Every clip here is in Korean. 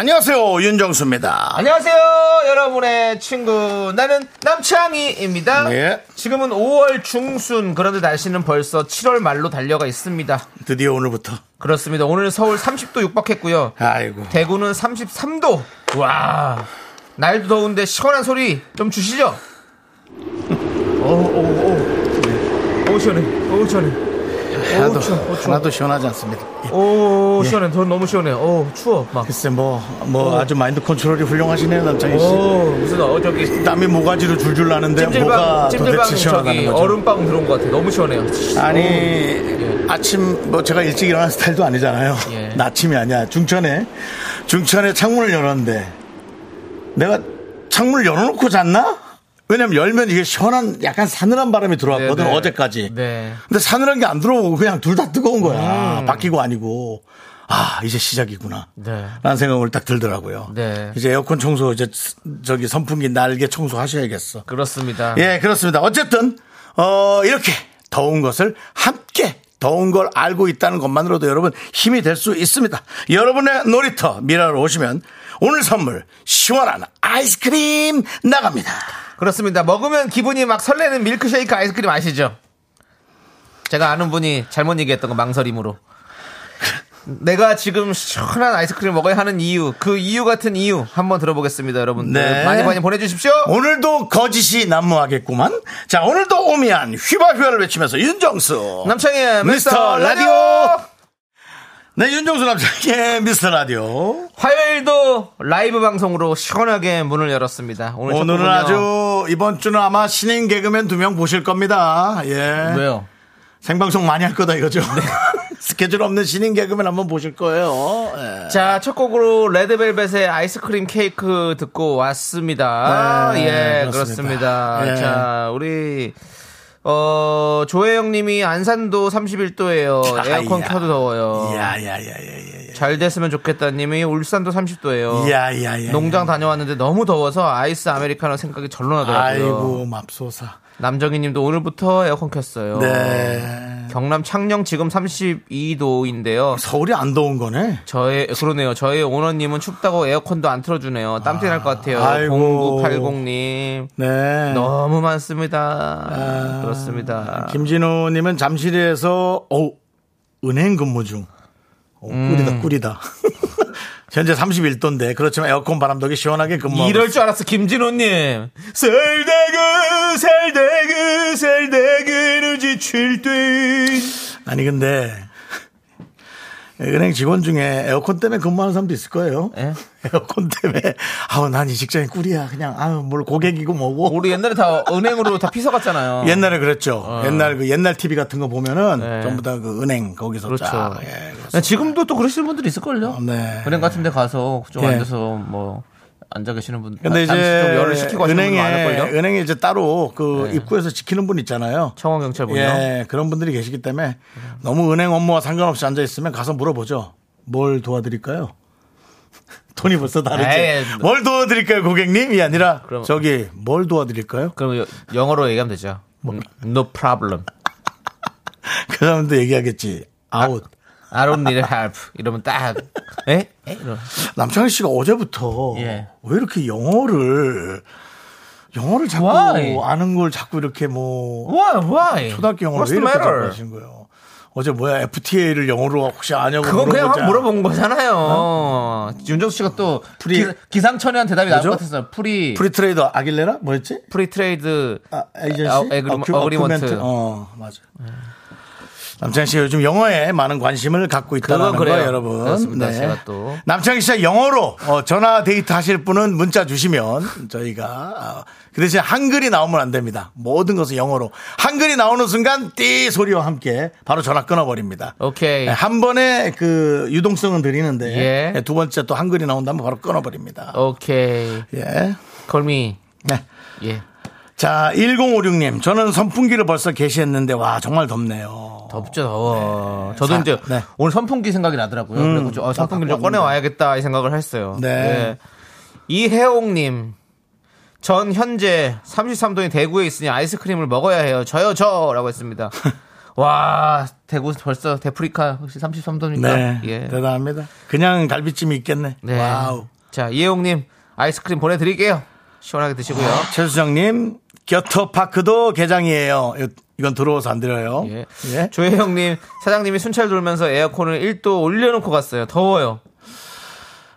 안녕하세요 윤정수입니다. 안녕하세요, 여러분의 친구. 나는 남창희입니다. 네. 지금은 5월 중순, 그런데 날씨는 벌써 7월 말로 달려가 있습니다. 드디어 오늘부터 그렇습니다. 오늘 서울 30도 육박했고요. 아이고 대구는 33도. 와. 날도 더운데 시원한 소리 좀 주시죠. 오, 어, 오, 오. 오, 시원해. 오, 시원해. 하나도 오, 추워. 오, 추워. 하나도 시원하지 않습니다. 예. 오, 시원해. 더 너무 시원해. 오, 추워. 막. 글쎄 뭐 뭐 아주 마인드 컨트롤이 훌륭하시네요 남창희 씨. 오, 무슨, 어, 저기. 땀이 모가지로 줄줄 나는데 뭐가 찜질방, 도대체 찜질방 시원하다는 저기 거죠? 얼음방 들어온 것 같아. 너무 시원해요. 아니 아침 뭐 제가 일찍 일어난 스타일도 아니잖아요. 예. 나 아침이 아니야. 중천에 중천에 창문을 열었는데 내가 창문을 열어놓고 잤나? 왜냐면 열면 이게 시원한 약간 사늘한 바람이 들어왔거든 네, 네. 어제까지. 네. 음. 근데 사늘한 게 안 들어오고 그냥 둘 다 뜨거운 거야. 바뀌고 아니고. 아, 이제 시작이구나. 네. 라는 생각을 딱 들더라고요. 네. 이제 에어컨 청소, 이제 저기 선풍기 날개 청소하셔야겠어. 그렇습니다. 예, 그렇습니다. 어쨌든 어, 이렇게 더운 것을 함께 더운 걸 알고 있다는 것만으로도 여러분 힘이 될 수 있습니다. 여러분의 놀이터 미라로 오시면 오늘 선물 시원한 아이스크림 나갑니다. 그렇습니다. 먹으면 기분이 막 설레는 밀크쉐이크 아이스크림 아시죠? 제가 아는 분이 잘못 얘기했던 거 망설임으로. 내가 지금 시원한 아이스크림 먹어야 하는 이유, 그 이유 같은 이유 한번 들어보겠습니다, 여러분들. 네. 많이 많이 보내주십시오. 오늘도 거짓이 난무하겠구만. 자, 오늘도 오미안 휘바휘바를 외치면서 윤정수 남창의 미스터 미스터 라디오. 라디오. 네, 윤정수 남자의 미스터 라디오. 화요일도 라이브 방송으로 시원하게 문을 열었습니다. 오늘 첫 오늘은 곡은요. 아주 이번 주는 아마 신인 개그맨 두 명 보실 겁니다. 예. 왜요? 생방송 많이 할 거다 이거죠. 네. 스케줄 없는 신인 개그맨 한번 보실 거예요. 예. 자, 첫 곡으로 레드벨벳의 아이스크림 케이크 듣고 왔습니다. 네, 그렇습니다. 예, 그렇습니다. 예. 자, 우리 어, 조혜영 님이 안산도 31도예요. 에어컨 아이야. 켜도 더워요. 야야야야야. 잘 됐으면 좋겠다 님이 울산도 30도예요. 야야야. 어. 농장 다녀왔는데 너무 더워서 아이스 아메리카노 생각이 절로 나더라고요. 아이고 맙소사. 남정희 님도 오늘부터 에어컨 켰어요. 네. 경남 창녕 지금 32도인데요. 서울이 안 더운 거네. 저의 그러네요. 저의 오너님은 춥다고 에어컨도 안 틀어주네요. 땀띠 날 것 같아요. 아이고. 0980님 네. 너무 많습니다. 아, 그렇습니다. 김진호님은 잠실에서 어 은행 근무 중. 어, 음. 꿀이다 꿀이다. 현재 31도인데 그렇지만 에어컨 바람 덕에 시원하게 근무하고. 이럴 있- 줄 알았어, 김진호님. 살대그 살대그 살대그는 지칠 때. 아니 근데 은행 직원 중에 에어컨 때문에 근무하는 사람도 있을 거예요. 예? 에어컨 때문에 아우 난 이 직장이 꿀이야 그냥 아우 뭘 고객이고 뭐고 우리 옛날에 다 은행으로 다 피서 갔잖아요. 옛날에 그랬죠 옛날 그 옛날 TV 같은 거 보면은 어. 네. 전부 다 그 은행 거기서 그렇죠. 쫙, 예, 야, 지금도 또 그러시는 분들이 있을걸요. 어, 네. 은행 같은 데 가서 좀 예. 앉아서 뭐 앉아 계시는 분들. 근데 잠시 좀 열을 이제 식히고 하시는 분들 은행에 많을걸요. 네. 은행에 이제 따로 그 입구에서 지키는 분 있잖아요 청원경찰분이요. 예 그런 분들이 계시기 때문에 너무 은행 업무와 상관없이 앉아 있으면 가서 물어보죠 뭘 도와드릴까요? 돈이 벌써 에이, 다르지. 뭘 도와드릴까요, 고객님이 아니라 아, 음, 그럼- 저기 뭘 도와드릴까요? 그럼 여- 영어로 얘기하면 되죠. 뭐. No problem. 그 사람도 얘기하겠지. 아웃. I don't need help. 이러면 딱. 에? 에? 이러면. 남창희 씨가 어제부터 예. 왜 이렇게 영어를 영어를 자꾸 Why? 아는 걸 자꾸 이렇게 뭐 Why? Why? 초등학교 영어를 What's 왜 the 이렇게 자꾸 matter? 하신 거예요? 어제 뭐야 FTA를 영어로 혹시 아냐고 그건 그냥 물어보자. 한번 물어본 거잖아요. 윤정수 씨가 또 프리- 기, 상천외한 대답이 나올 뭐죠? 것 같았어요. 프리 프리, 프리트레이더 아길레라 뭐였지? 트레이드 아, 에이전시 아, 에그리- 어큐- 어그리먼트. 어큐멘트. 어 맞아. 남창희 씨가 요즘 영어에 많은 관심을 갖고 있다는 그건 거 그래요. 여러분. 네. 그렇습니다. 제가 또. 남창희 씨가 영어로 어, 전화 데이트 하실 분은 문자 주시면 저희가 어, 그 대신 한글이 나오면 안 됩니다. 모든 것은 영어로. 한글이 나오는 순간 띠 소리와 함께 바로 전화 끊어버립니다. 오케이. 네, 한 번에 그 유동성은 드리는데 예. 네, 두 번째 또 한글이 나온다면 바로 끊어버립니다. 오케이. 예. 콜미. 네. 예. 자, 1056님. 저는 선풍기를 벌써 개시했는데, 와, 정말 덥네요. 덥죠, 더워. 저도 사- 이제 네. 음. 아, 오늘 선풍기 생각이 나더라고요. 그래서 저, 어, 선풍기를 좀 꺼내와야겠다 이 생각을 했어요. 예. 네. 이혜옥님. 전 현재 33도인 대구에 있으니 아이스크림을 먹어야 해요. 저요, 저! 라고 했습니다. 와, 대구 벌써 데프리카 혹시 33도입니까? 네. 예. 대단합니다. 그냥 갈비찜이 있겠네. 네. 와우. 자, 이혜옥님. 아이스크림 보내드릴게요. 시원하게 드시고요. 최수정님, 겨터파크도 개장이에요. 이- 이건 들어와서 안 드려요. 예. 예. 조혜영님, 사장님이 순찰 돌면서 에어컨을 1도 올려놓고 갔어요. 더워요.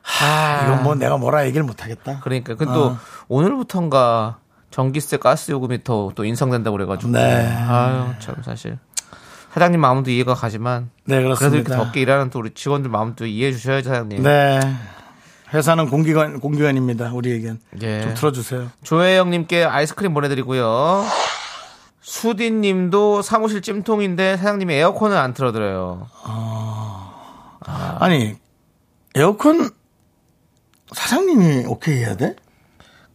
하, 이건 뭐 내가 뭐라 얘기를 못하겠다. 그러니까. 근데 또, 어. 오늘부턴가 전기세 가스 요금이 더 또 인상된다고 그래가지고. 네. 아유, 참, 사실. 사장님 마음도 이해가 가지만. 네, 그래도 그렇습니다. 이렇게 덥게 일하는 또 우리 직원들 마음도 이해해 주셔야죠, 사장님. 네. 회사는 공기관, 공기관입니다. 우리에겐. 예. 좀 틀어주세요. 조혜영님께 아이스크림 보내드리고요. 수디님도 사무실 찜통인데 사장님이 에어컨을 안 틀어드려요. 아. 니 에어컨 사장님이 오케이 해야 돼?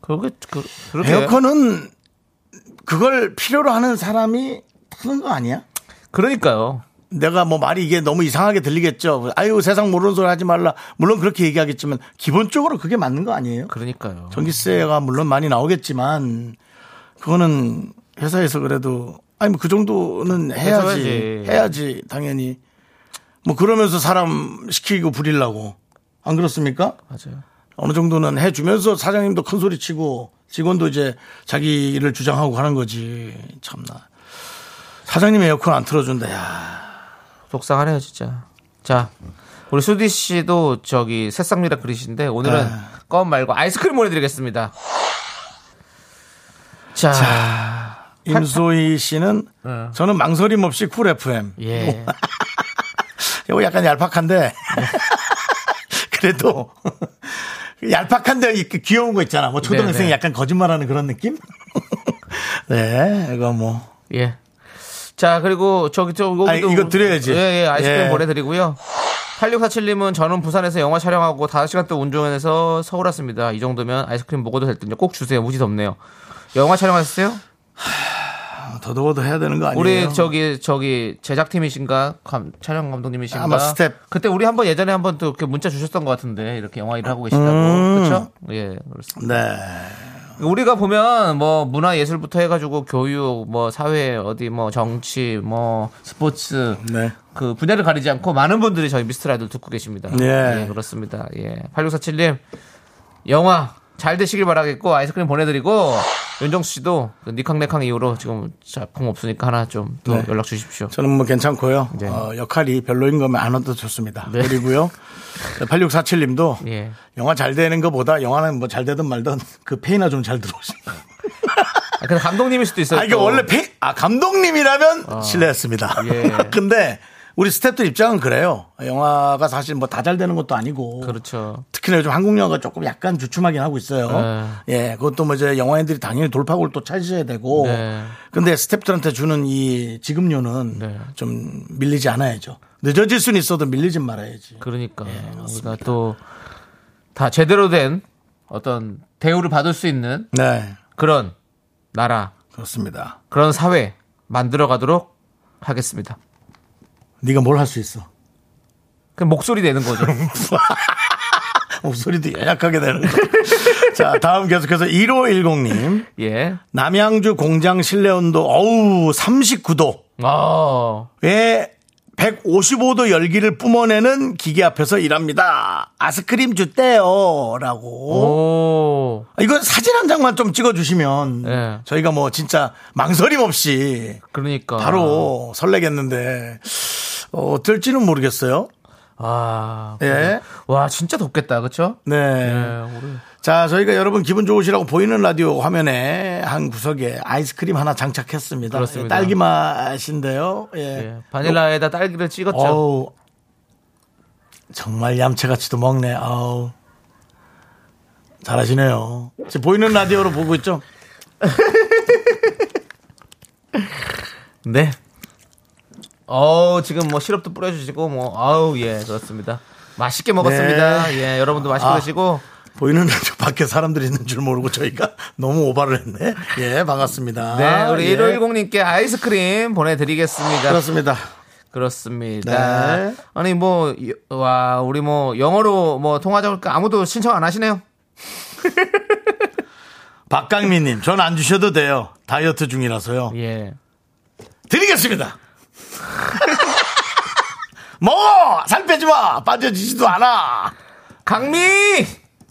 그러게, 그, 그렇게. 에어컨은 그걸 필요로 하는 사람이 타는 거 아니야? 그러니까요. 내가 뭐 말이 이게 너무 이상하게 들리겠죠. 아유 세상 모르는 소리 하지 말라. 물론 그렇게 얘기하겠지만 기본적으로 그게 맞는 거 아니에요? 그러니까요. 전기세가 물론 많이 나오겠지만 그거는 회사에서 그래도 아니 뭐 그 정도는 해서 해야지 해야지. 해야지 당연히 뭐 그러면서 사람 시키고 부리려고 안 그렇습니까? 맞아요. 어느 정도는 해주면서 사장님도 큰 소리 치고 직원도 이제 자기 일을 주장하고 하는 거지. 참나. 사장님 에어컨 안 틀어준다. 야. 속상하네요, 진짜. 자, 우리 수디 씨도 저기 새싹미라 그리신데 네. 오늘은 껌 말고 아이스크림 보내드리겠습니다. 자, 임소희 씨는 네. 저는 망설임 없이 쿨 FM. 예. 뭐. 이거 약간 얄팍한데. 그래도 얄팍한데 이렇게 귀여운 거 있잖아. 뭐 초등학생이 네네. 약간 거짓말하는 그런 느낌? 네, 이거 뭐. 예. 자, 그리고 저기 저 이거, 아니, 이거 드려야지. 예, 예, 아이스크림 예. 보내드리고요. 8647님은 저는 부산에서 영화 촬영하고 5시간 동안 운전해서 서울 왔습니다. 이 정도면 아이스크림 먹어도 될 텐데 꼭 주세요. 무지 덥네요. 영화 촬영하셨어요? 더더워도 해야 되는 거 아니에요? 우리 저기 저기 제작팀이신가 감- 촬영 감독님이신가 아마 스텝. 그때 우리 한번 예전에 한번 또 이렇게 문자 주셨던 것 같은데 이렇게 영화 일을 하고 계시다고 음. 그렇죠 예 그렇습니다 네. 우리가 보면 뭐 문화 예술부터 해가지고 교육 뭐 사회 어디 뭐 정치 뭐 스포츠 네. 그 분야를 가리지 않고 많은 분들이 저희 미스터 라이들 듣고 계십니다 예. 그렇습니다 예 8647님 영화 잘 되시길 바라겠고 아이스크림 보내드리고 윤정수 씨도 그 니캉네캉 이후로 지금 작품 없으니까 하나 좀 더 네. 연락 주십시오. 저는 뭐 괜찮고요. 네. 어, 역할이 별로인 거면 안 와도 좋습니다. 네. 그리고요. 8647님도 예. 영화 잘 되는 것보다 영화는 뭐 잘 되든 말든 그 페이나 좀 잘 들어오시고. 아, 근데 감독님일 수도 있어요. 아, 이게 또. 어. 원래 페이, 아, 감독님이라면 실례했습니다. 예. 근데 우리 스탭들 입장은 그래요. 영화가 사실 뭐 다 잘 되는 것도 아니고. 그렇죠. 특히나 요즘 한국 영화가 조금 약간 주춤하긴 하고 있어요. 예, 그것도 뭐 이제 영화인들이 당연히 돌파구를 또 찾으셔야 되고. 네. 근데 스탭들한테 주는 이 지급료는 네. 좀 밀리지 않아야죠. 늦어질 수는 있어도 밀리진 말아야지. 그러니까 우리가 또 다 제대로 된 어떤 대우를 받을 수 있는 네, 그런 나라, 그렇습니다. 그런 사회 만들어 가도록 하겠습니다. 네가 뭘 할 수 있어? 그 목소리 내는 거죠. 목소리도 연약하게 되는 거. 자, 다음 계속해서 1510님. 예. 남양주 공장 실내 온도 어우 39도. 아. 어. 에 155도 열기를 뿜어내는 기계 앞에서 일합니다. 아스크림 줬대요라고. 오. 아, 이건 사진 한 장만 좀 찍어 주시면 네. 저희가 뭐 진짜 망설임 없이 그러니까 바로 설레겠는데 어, 어떨지는 모르겠어요. 아, 예. 그래요? 와 진짜 덥겠다, 그렇죠? 네. 자, 저희가 여러분 기분 좋으시라고 보이는 라디오 화면에 한 구석에 아이스크림 하나 장착했습니다. 그렇습니다. 딸기 맛인데요. 예. 바닐라에다 딸기를 찍었죠. 어우. 정말 얌체같이도 먹네. 아우. 잘하시네요. 지금 보이는 라디오로 보고 있죠? 네. 어 지금 뭐 시럽도 뿌려주시고 뭐 아우 예 그렇습니다. 맛있게 먹었습니다. 예 여러분도 맛있게 아. 드시고 보이는 라디오 밖에 사람들이 있는 줄 모르고 저희가 너무 오바를 했네. 예, 반갑습니다. 네 우리 예. 1510님께 아이스크림 보내드리겠습니다. 그렇습니다. 그렇습니다. 네. 아니 뭐 와 우리 뭐 영어로 뭐 통화자니까 아무도 신청 안 하시네요. 박강민님, 전 안 주셔도 돼요. 다이어트 중이라서요. 예. 드리겠습니다. 먹어! 살 빼지 마! 빠져지지도 않아! 강미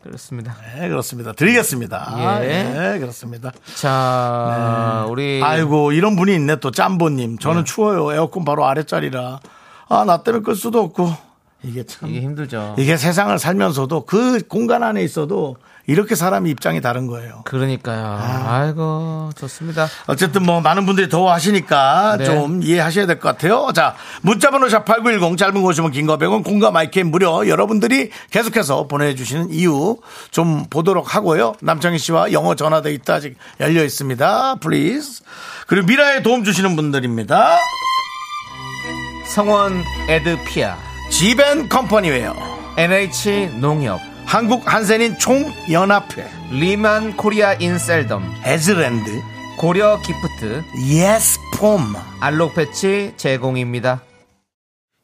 그렇습니다. 네, 그렇습니다. 드리겠습니다. 예. 네, 그렇습니다. 자 우리 아이고, 이런 분이 있네, 또, 짬보님. 저는 예. 추워요. 에어컨 바로 아래짜리라. 아, 나 때문에 끌 수도 없고. 이게 참. 이게 힘들죠. 이게 세상을 살면서도 그 공간 안에 있어도 이렇게 사람이 입장이 다른 거예요. 그러니까요. 아. 이고 좋습니다. 어쨌든 뭐 많은 분들이 더워하시니까 네. 좀 이해하셔야 될 것 같아요. 자, 문자번호 샵8910 짧은 거 오시면 긴거 100원 공과 마이크 무료 여러분들이 계속해서 보내주시는 이유 좀 보도록 하고요. 남창희 씨와 영어 전화돼 있다 아직 열려 있습니다. 플리즈. 그리고 미라에 도움 주시는 분들입니다. 성원 에드피아 지벤 컴퍼니웨어 NH 농협 한국 한센인 총연합회 리만 코리아 인셀덤 에즈랜드 고려 기프트 예스폼 알록 패치 제공입니다.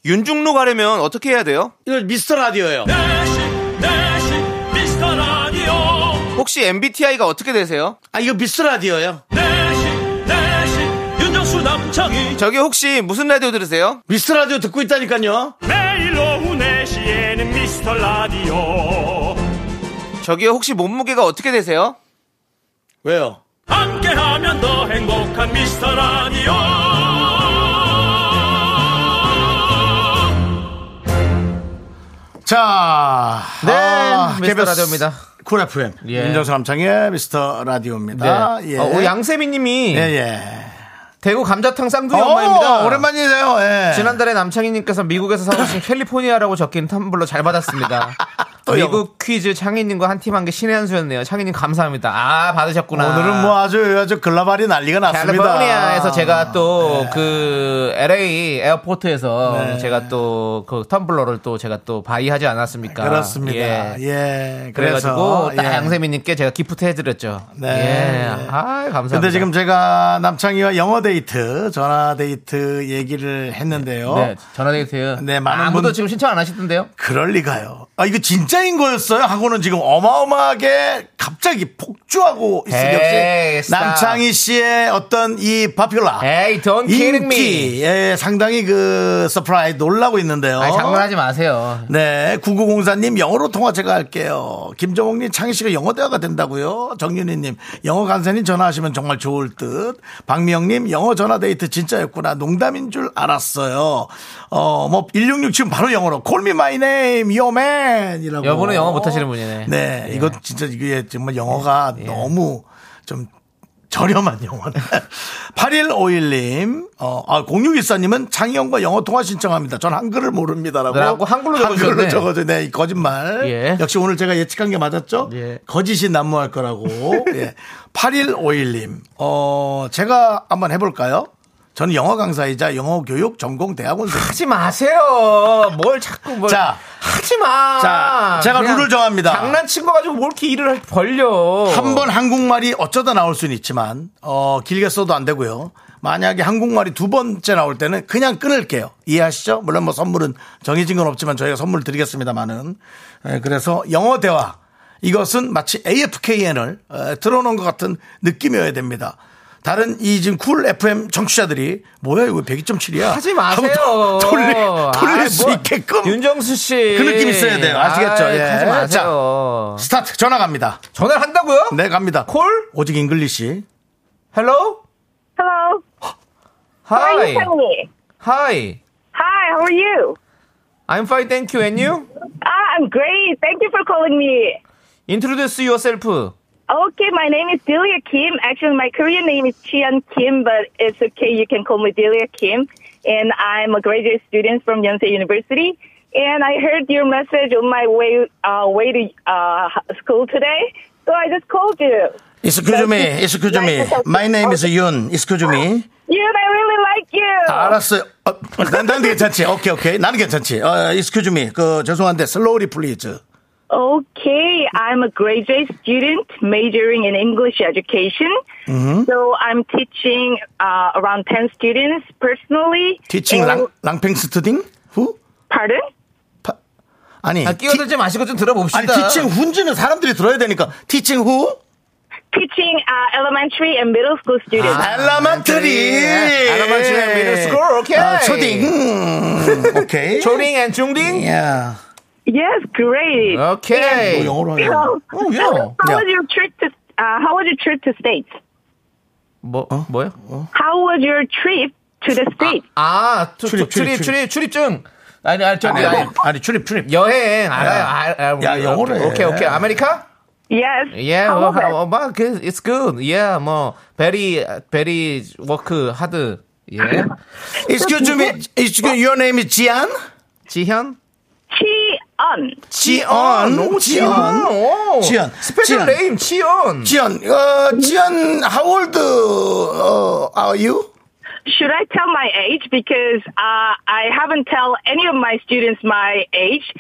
윤중로 가려면 어떻게 해야 돼요? 이거 미스터 라디오예요. 네 내시 내시 미스터 라디오 혹시 MBTI가 어떻게 되세요? 아 이거 미스터 라디오예요. 네 내시 네 내시 윤정수 남창희 저기 혹시 무슨 라디오 들으세요? 미스터 라디오 듣고 있다니까요. 매일 오후 4시에는 미스터 라디오 저기 혹시 몸무게가 어떻게 되세요? 왜요? 함께하면 더 행복한 미스터 라디오 자, 네, 아, 미스터 KBS 라디오입니다. 쿨 FM 예. 윤정수 남창의 미스터 라디오입니다. 네. 예. 어, 우리 양세미님이 예, 예. 대구 감자탕 쌍둥이 어, 엄마입니다. 오랜만이세요. 예. 지난달에 남창희님께서 미국에서 사오신 캘리포니아라고 적힌 텀블러 잘 받았습니다. 또 미국 영어. 퀴즈 창희님과 한 팀 한 게 신의 한 수였네요. 창희님 감사합니다. 아 받으셨구나. 오늘은 뭐 아주 아주 글라발이 난리가 났습니다. 네. 캘리포니아에서 제가 또 그 LA 에어포트에서 네. 제가 또 그 텀블러를 또 제가 또 바이하지 않았습니까? 그렇습니다. 예. 예. 그래가지고 그래서, 딱 예. 양세미님께 제가 기프트 해드렸죠. 네. 예. 아 감사합니다. 근데 지금 제가 남창희와 영어 데이트, 전화 데이트 얘기를 했는데요. 네, 전화데이트. 네, 많은 아무도 분- 지금 신청 안 하시던데요? 그럴 리가요. 아 이거 진짜인 거였어요. 하고는 지금 어마어마하게 갑자기 폭주하고 있어요. 에이, 역시 스탑. 남창희 씨의 어떤 이 파퓰라 에이, don't kidding me. 인기 예, 상당히 그 서프라이 놀라고 있는데요. 아니, 장난하지 마세요. 네, 9904님 영어로 통화 제가 할게요. 김정옥님 창희 씨가 영어 대화가 된다고요. 정윤희님 영어 간사님 전화하시면 정말 좋을 듯. 박미영님 영어 전화 데이트 진짜였구나. 농담인 줄 알았어요. 어뭐 166 지금 바로 영어로 Call me my name, your man이라고. 여보는 영어 못하시는 분이네. 네, 예. 이거 진짜 이게 정말 영어가 너무 좀 저렴한 영어네. 8151님, 어, 아, 0614님은 창희형과 영어 통화 신청합니다. 전 한글을 모릅니다라고. 라고 한글로 적어주셨네. 한글로 적어줘. 네, 이 거짓말. 예. 역시 오늘 제가 예측한 게 맞았죠? 예. 거짓이 난무할 거라고. 예. 8151님, 어, 제가 한번 해볼까요? 저는 영어 강사이자 영어 교육 전공 대학원생. 하지 마세요. 뭘 자꾸 뭘. 자. 하지 마. 자, 제가 그냥 룰을 정합니다. 장난친 거 가지고 뭘 이렇게 일을 벌려. 한 번 한국말이 어쩌다 나올 수는 있지만 어, 길게 써도 안 되고요. 만약에 한국말이 두 번째 나올 때는 그냥 끊을게요. 이해하시죠? 물론 뭐 선물은 정해진 건 없지만 저희가 선물 드리겠습니다만은 그래서 영어 대화 이것은 마치 AFKN을 들어놓은 것 같은 느낌이어야 됩니다. 다른 이 지금 쿨 FM 청취자들이 뭐야 이거 102.7이야 하지 마세요. 돌릴, 돌릴 아이, 수 뭐, 있게끔 윤정수 씨. 그 느낌 있어야 돼요. 아시겠죠? 아이, 예. 하지 마세요. 스타트 전화 갑니다. 전화를 한다고요? 네 갑니다. 콜? 오직 잉글리시 헬로? Hello. Hi, 하이. Tony. 하이. Hi, how are you? I'm fine, thank you. And you? Ah, I'm great. Thank you for calling me. Introduce yourself. Okay, my name is Delia Kim. Actually, my Korean name is Chian Kim, but it's okay. You can call me Delia Kim. And I'm a graduate student from Yonsei University. And I heard your message on my way uh, way to uh, school today, so I just called you. Excuse me, 네. excuse me. My name 어. is Yun. Excuse me. You, I really like you. 아, 알았어요. 어, 난, 난 괜찮지. 오케이, 오케이. 나는 괜찮지. 어, excuse me. 그, 죄송한데, slowly please. Okay, I'm a graduate student majoring in English education. Mm-hmm. So I'm teaching uh, around 10 students personally. Teaching 네. And- 랑, 랑팽 스튜딩? 후? Pardon? 파, 아니. 아, 티, 끼어들지 마시고 좀 들어봅시다. 아니, 티칭 훈지는 사람들이 들어야 되니까. 티칭 후? Teaching uh, elementary and middle school students. Ah. 엘라먼트리. 엘라먼트리, 네. middle school, 오케이. 아, 초딩. 음, 오케이. 초딩 앤 중딩? 야. Yes, great. 오케이. 예. 뭐 영어로 하자. So, Oh, yeah. How was Yeah. your trip to uh, How was your trip to states? 뭐, 어? 뭐요? How was your trip to Ah. the states? 아, 투- 출입, 투- 출입, 출입, 출입, 출입, 중. 아니, 아니, 저기, 아니, 아니, 아니, 출입, 출입. 여행, 알아요, 알아요. 야, 영어로 해. 오케이, 오케이. 아메리카? Yes. Yeah, How well, was it? how, well, good. it's good. Yeah, 뭐, very, very work hard. Yeah. Excuse me. Excuse your name is 지안? 지현? Chi-un. 지언. 너무 지언. 오. 지현. 지현. 스페셜 네임, 지현. 지연, 어, 지연, how old 어, are you? Should I tell my age? Because uh, I haven't tell any of my students my age.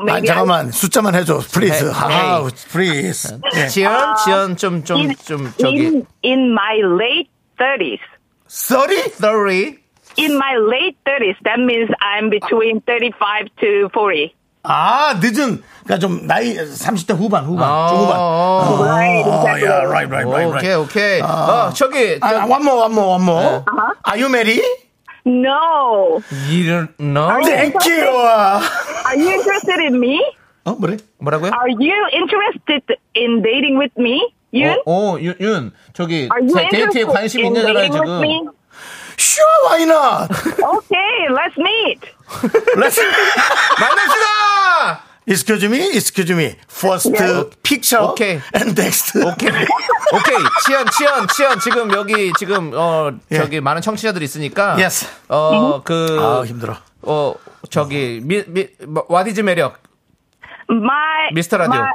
Ah, 아, maybe I, 잠깐만, 숫자만 해줘, please. 네, 네. 아우, please. 예. 아, 지현, 지현, 좀, 좀, in, 좀, 저기. in, in my late 30s. 30? Sorry. In my late 30s, that means I'm between 35 to 40. 아, 늦은. 그러니까 좀 나이 30대 후반, 후반, 아. 중후반. Oh, 아, Right, exactly. yeah, right, right, right, right. 오케이, 네. 오케이. 아. 어, 저기. 아, 아, one more, one more, one more. Are you married? No. 이런, 너? Thank you. Are you interested in me? 어, 뭐래? 뭐라고요? Are you interested in dating with me? Yun? 오, 오, 어, 윤, 윤. 저기, Are you 데- 데이트에 interested oh. 관심 in 있는 잖아요 dating with 지금. me? Sure, why not? Okay, let's meet. Let's. 만납시다! Excuse me, excuse me. First uh, picture 오케이. and next. 오케이. 오케이. 치현, 치현, 치현. 지금 여기, 지금, 어, 예. 저기, 많은 청취자들이 있으니까. Yes. 음. 어, 그, 아, 힘들어. 어, 저기, 미, 미, 뭐, 와디즈 매력. My Mr. Radio. My,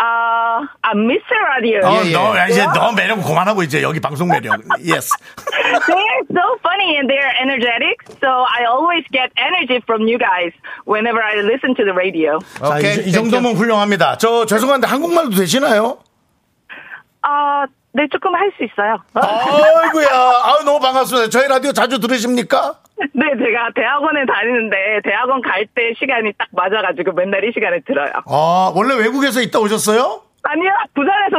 uh, uh, Mr. Radio. 어, 예, 예. 너 야, 이제 너 매력 그만하고 이제 여기 방송 매력. yes. They are so funny and they are energetic. So I always get energy from you guys whenever I listen to the radio. 자, 오케이. 이, 이 땡큐. 정도면 훌륭합니다. 저 죄송한데 한국말도 되시나요? 아, Uh, 네 조금 할 수 있어요. 아이고야. 아유 너무 반갑습니다. 저희 라디오 자주 들으십니까? 네, 제가 대학원에 다니는데 대학원 갈 때 시간이 딱 맞아가지고 맨날 이 시간에 들어요. 아, 원래 외국에서 있다 오셨어요? 아니요, 부산에서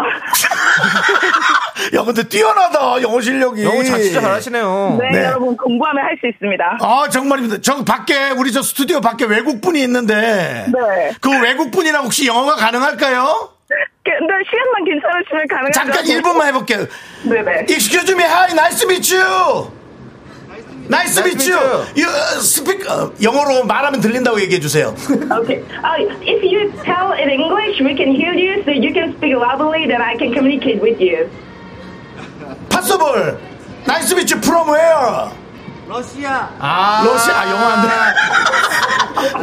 살다 왔어요. 야, 근데 뛰어나다. 영어 실력이. 너무 자, 진짜 잘하시네요. 네, 네. 여러분 공부하면 할 수 있습니다. 아, 정말입니다. 저 밖에 우리 저 스튜디오 밖에 외국분이 있는데 네. 그 외국분이랑 혹시 영어가 가능할까요? 근데 시간만 괜찮으시면 가능하죠? 잠깐 1분만 해 볼게요. 네네. Excuse me. Hi. Nice to meet you. Nice to meet you. You uh, speak uh, 영어로 말하면 들린다고 얘기해 주세요. Okay. Uh, if you tell in English, we can hear you, so you can speak loudly, then I can communicate with you. Possible. Nice to meet you from where? 아, 러시아 아, 영어 안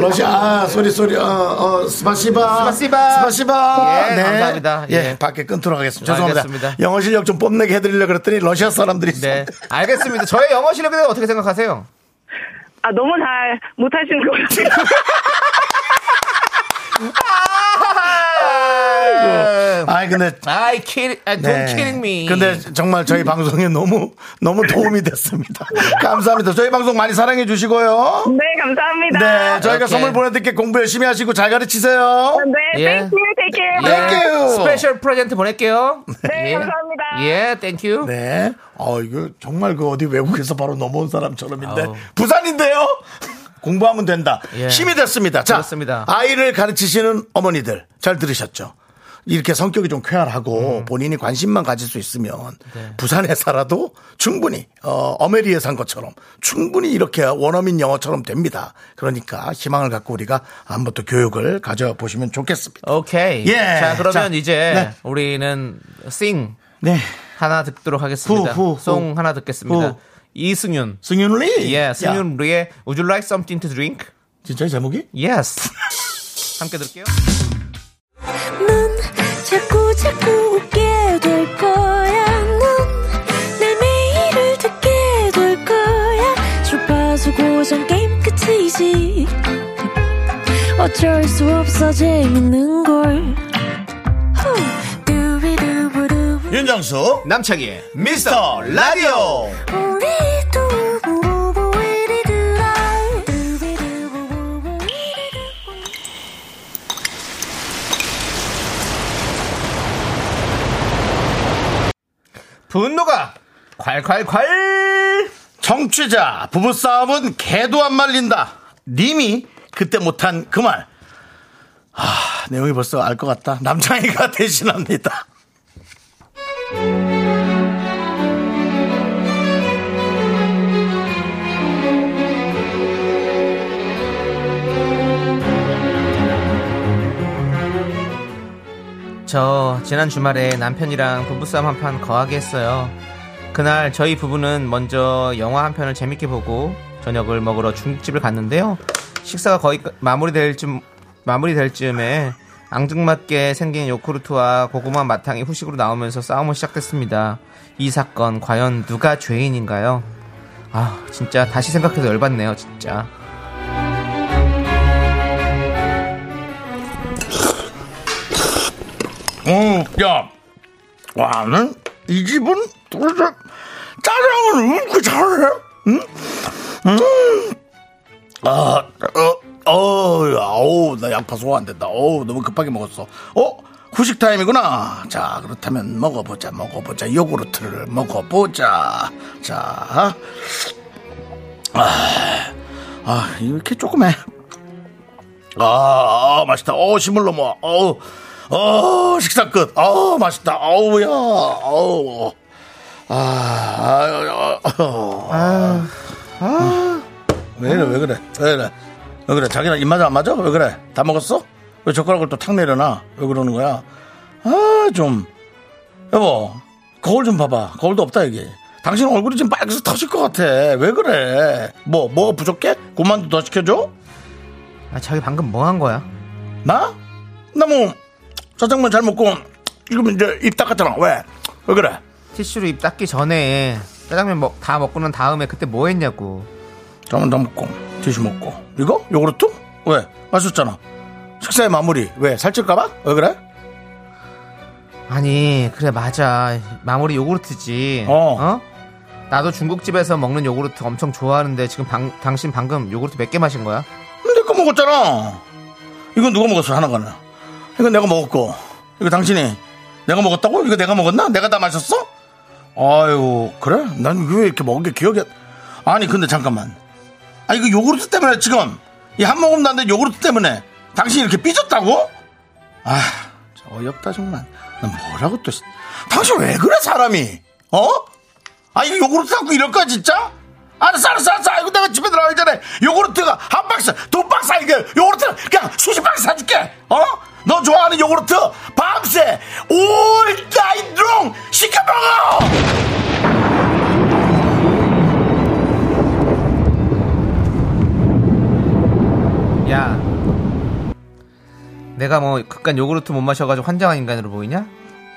돼. 러시아 소리 소리 어어 스파시바 스파시바. 스파시바 예, 감사합니다. 예. 예. 밖에 끊도록 하겠습니다 죄송합니다 알겠습니다. 영어 실력 좀 뽐내게 해드리려 그랬더니 러시아 사람들이 네. 네. 알겠습니다. 저의 영어 실력에 대해 어떻게 생각하세요? 아, 너무 잘 못하시는 것 같아요. 아니 근데 I kill, I don't killing me. 네. 근데 정말 저희 방송에 너무 너무 도움이 됐습니다 감사합니다 저희 방송 많이 사랑해 주시고요 네, 감사합니다. 네 저희가 오케이. 선물 보내드릴게 공부 열심히 하시고 잘 가르치세요 네, 예. thank you, take care. 예. Thank you. 스페셜 프레젠트 보낼게요. 네, 예. 감사합니다. 예, 땡큐. 네. 어, 이거 정말 그 어디 외국에서 바로 넘어온 사람처럼인데. 아우. 부산인데요? 공부하면 된다. 예. 힘이 됐습니다. 자, 그렇습니다. 아이를 가르치시는 어머니들 잘 들으셨죠? 이렇게 성격이 좀 쾌활하고 본인이 관심만 가질 수 있으면 부산에 살아도 충분히 어, 어메리에 산 것처럼 충분히 이렇게 원어민 영어처럼 됩니다. 그러니까 희망을 갖고 우리가 한번 또 교육을 가져보시면 좋겠습니다. 오케이. 예. 자, 그러면 자, 이제 네. 우리는 싱 네. 하나 듣도록 하겠습니다. 후, 후, 후. 송 하나 듣겠습니다. 후. 이승윤. 승윤 리. 예, 야, 승윤 리의 Would you like something to drink? 진짜 이 제목이? Yes. 함께 들을게요. 넌 자꾸 자꾸 웃게 될 거야. 넌내 매일을 듣게 될 거야. 주파수 고정 게임 끝이지. 어쩔 수 없어 재밌는 걸. 후. 두비두부두. 윤정수. 남창희의 미스터 라디오. 우리 두부부부 우리 두라. 두비두부부부 우리 두부부. 분노가 콸콸콸. 정취자 부부싸움은 개도 안 말린다. 님이 그때 못한 그 말. 아, 내용이 벌써 알 것 같다. 남창이가 대신합니다. 저 지난 주말에 남편이랑 부부싸움 한 판 거하게 했어요. 그날 저희 부부는 먼저 영화 한 편을 재밌게 보고 저녁을 먹으러 중국집을 갔는데요. 식사가 거의 끝- 마무리될 쯤 마무리될 즈음에 앙증맞게 생긴 요구르트와 고구마 마탕이 후식으로 나오면서 싸움을 시작됐습니다. 이 사건 과연 누가 죄인인가요? 아 진짜 다시 생각해도 열받네요 진짜. 어, 야. 와, 는이 집은 도대체 짜장을 왜 이렇게 잘해? 응? 음. 아, 어, 어, 아우, 나 양파 소화 안 된다. 어우, 너무 급하게 먹었어. 어? 후식 타임이구나. 자, 그렇다면 먹어보자, 먹어보자. 요구르트를 먹어보자. 자, 아, 아 이렇게 조그매. 아, 아, 맛있다. 어, 시물 넘어. 어, 어, 식사 끝. 어, 맛있다. 어우야. 어우. 아, 아, 아, 어. 왜 그래, 왜 그래. 왜 그래. 왜 그래. 자기랑 입맛 안 맞아? 왜 그래. 다 먹었어? 왜 젓가락을 또 탁 내려놔? 왜 그러는 거야? 아, 좀. 여보, 거울 좀 봐봐. 거울도 없다, 여기. 당신 얼굴이 지금 빨개서 터질 것 같아. 왜 그래? 뭐, 뭐가 부족해? 고만두 더 시켜줘? 아 자기 방금 뭐 한 거야? 나? 나 뭐 짜장면 잘 먹고 지금 이제 입 닦았잖아. 왜? 왜 그래? 티슈로 입 닦기 전에 짜장면 먹, 다 먹고 난 다음에 그때 뭐 했냐고. 짜장면 다 먹고 티슈 먹고 이거 요구르트? 왜? 맛있었잖아. 식사의 마무리 왜 살찔까봐? 왜 그래? 아니, 그래, 맞아. 마무리 요구르트지. 어. 나도 중국집에서 먹는 요구르트 엄청 좋아하는데 지금 방- 당신 방금 요구르트 몇 개 마신 거야? 내거 먹었잖아. 이건 누가 먹었어? 하나가는. 이건 내가 먹었고 이거 당신이 내가 먹었다고? 이거 내가 먹었나? 내가 다 마셨어? 아유 그래? 난 왜 이렇게 먹은 게 기억이 안- 아니 근데 잠깐만. 아 이거 요구르트 때문에 지금 이 한 모금 났는데 요구르트 때문에 당신이 이렇게 삐졌다고? 아 진짜 어이없다 정말 난 뭐라고 또 씨- 당신 왜 그래 사람이 어? 아 이거 요구르트 갖고 이럴 거야 진짜? 알았어 알았어 알았어 이거 내가 집에 들어가기 전에 요구르트가 한 박스 두 박스 아니게 요구르트 그냥 수십 박스 사줄게 어? 너 좋아하는 요구르트 밤새 올 나이트롱 시켜 먹어 야. 내가 뭐 그깟 요구르트 못 마셔가지고 환장한 인간으로 보이냐?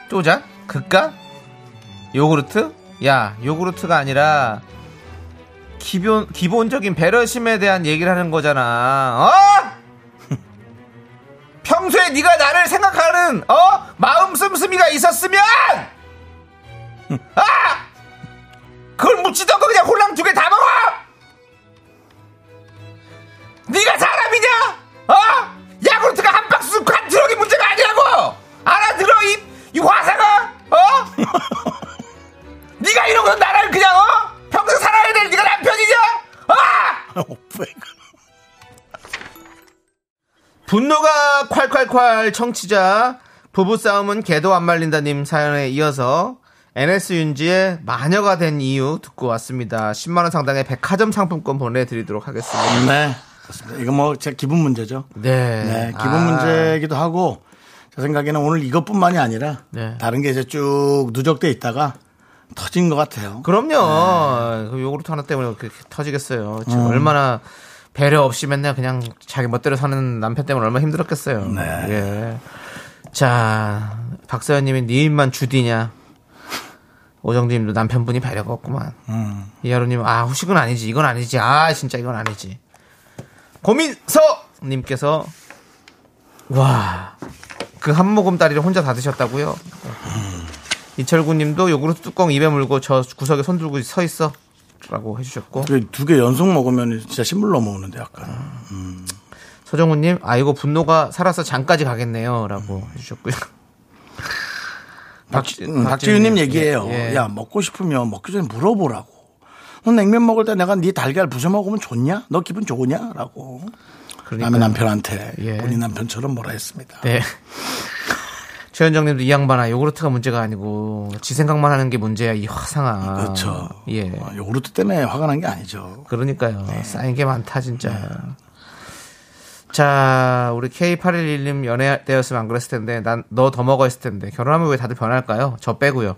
쪼잔? 그깟? 요구르트? 야, 요구르트가 아니라 기본 기본적인 배려심에 대한 얘기를 하는 거잖아. 어? 평소에 네가 나를 생각하는 어 마음 씀씀이가 있었으면 아 그걸 묻지도 않고 그냥 홀랑 두 개 다 먹어. 네가 사람이냐? 어? 야구르트가 한 박스 관 트럭이 문제가 아니라고! 알아들어 이, 이 화사가? 어? 네가 이런 거 나랑 그냥 어? 평생 살아야 될 네가 남편이냐? 어? 분노가 콸콸콸 청취자 부부싸움은 개도 안 말린다님 사연에 이어서 NS 윤지의 마녀가 된 이유 듣고 왔습니다. 10만원 상당의 백화점 상품권 보내드리도록 하겠습니다. 네. 그렇습니다. 이거 뭐 제 기분 문제죠. 네. 네, 기본 아, 문제이기도 하고 제 생각에는 오늘 이것뿐만이 아니라 네. 다른 게 이제 쭉 누적돼 있다가 터진 것 같아요. 그럼요. 그 요구르트 하나 때문에 그렇게 터지겠어요. 지금 얼마나 배려 없이 맨날 그냥 자기 멋대로 사는 남편 때문에 얼마나 힘들었겠어요. 네. 예. 자, 박서연님이 니 입만 주디냐. 오정진님도 남편분이 배려가 없구만. 이하로님, 아, 후식은 아니지. 이건 아니지. 아, 진짜 이건 아니지. 고민서님께서, 와, 그 한 모금 다리를 혼자 다 드셨다고요? 이철구님도 요구르트 뚜껑 입에 물고 저 구석에 손 들고 서 있어. 라고 해주셨고 두 개 연속 먹으면 진짜 신물 넘어오는데 약간. 서정훈님 아이고 분노가 살아서 장까지 가겠네요라고 해주셨고요. 박- 음, 박지윤님 얘기예요. 예, 예. 야 먹고 싶으면 먹기 전에 물어보라고. 너 냉면 먹을 때 내가 네 달걀 부숴 먹으면 좋냐? 너 기분 좋으냐?라고 남의 그러니까 남편한테 예. 본인 남편처럼 뭐라 했습니다. 네. 최현정님도 이 양반아 요구르트가 문제가 아니고 지 생각만 하는 게 문제야 이 화상아. 그렇죠. 예. 어, 요구르트 때문에 화가 난 게 아니죠. 그러니까요. 네. 쌓인 게 많다, 진짜. 자, 우리 K811님 연애 때였으면 안 그랬을 텐데, 난 너 더 먹어 했을 텐데, 결혼하면 왜 다들 변할까요? 저 빼고요.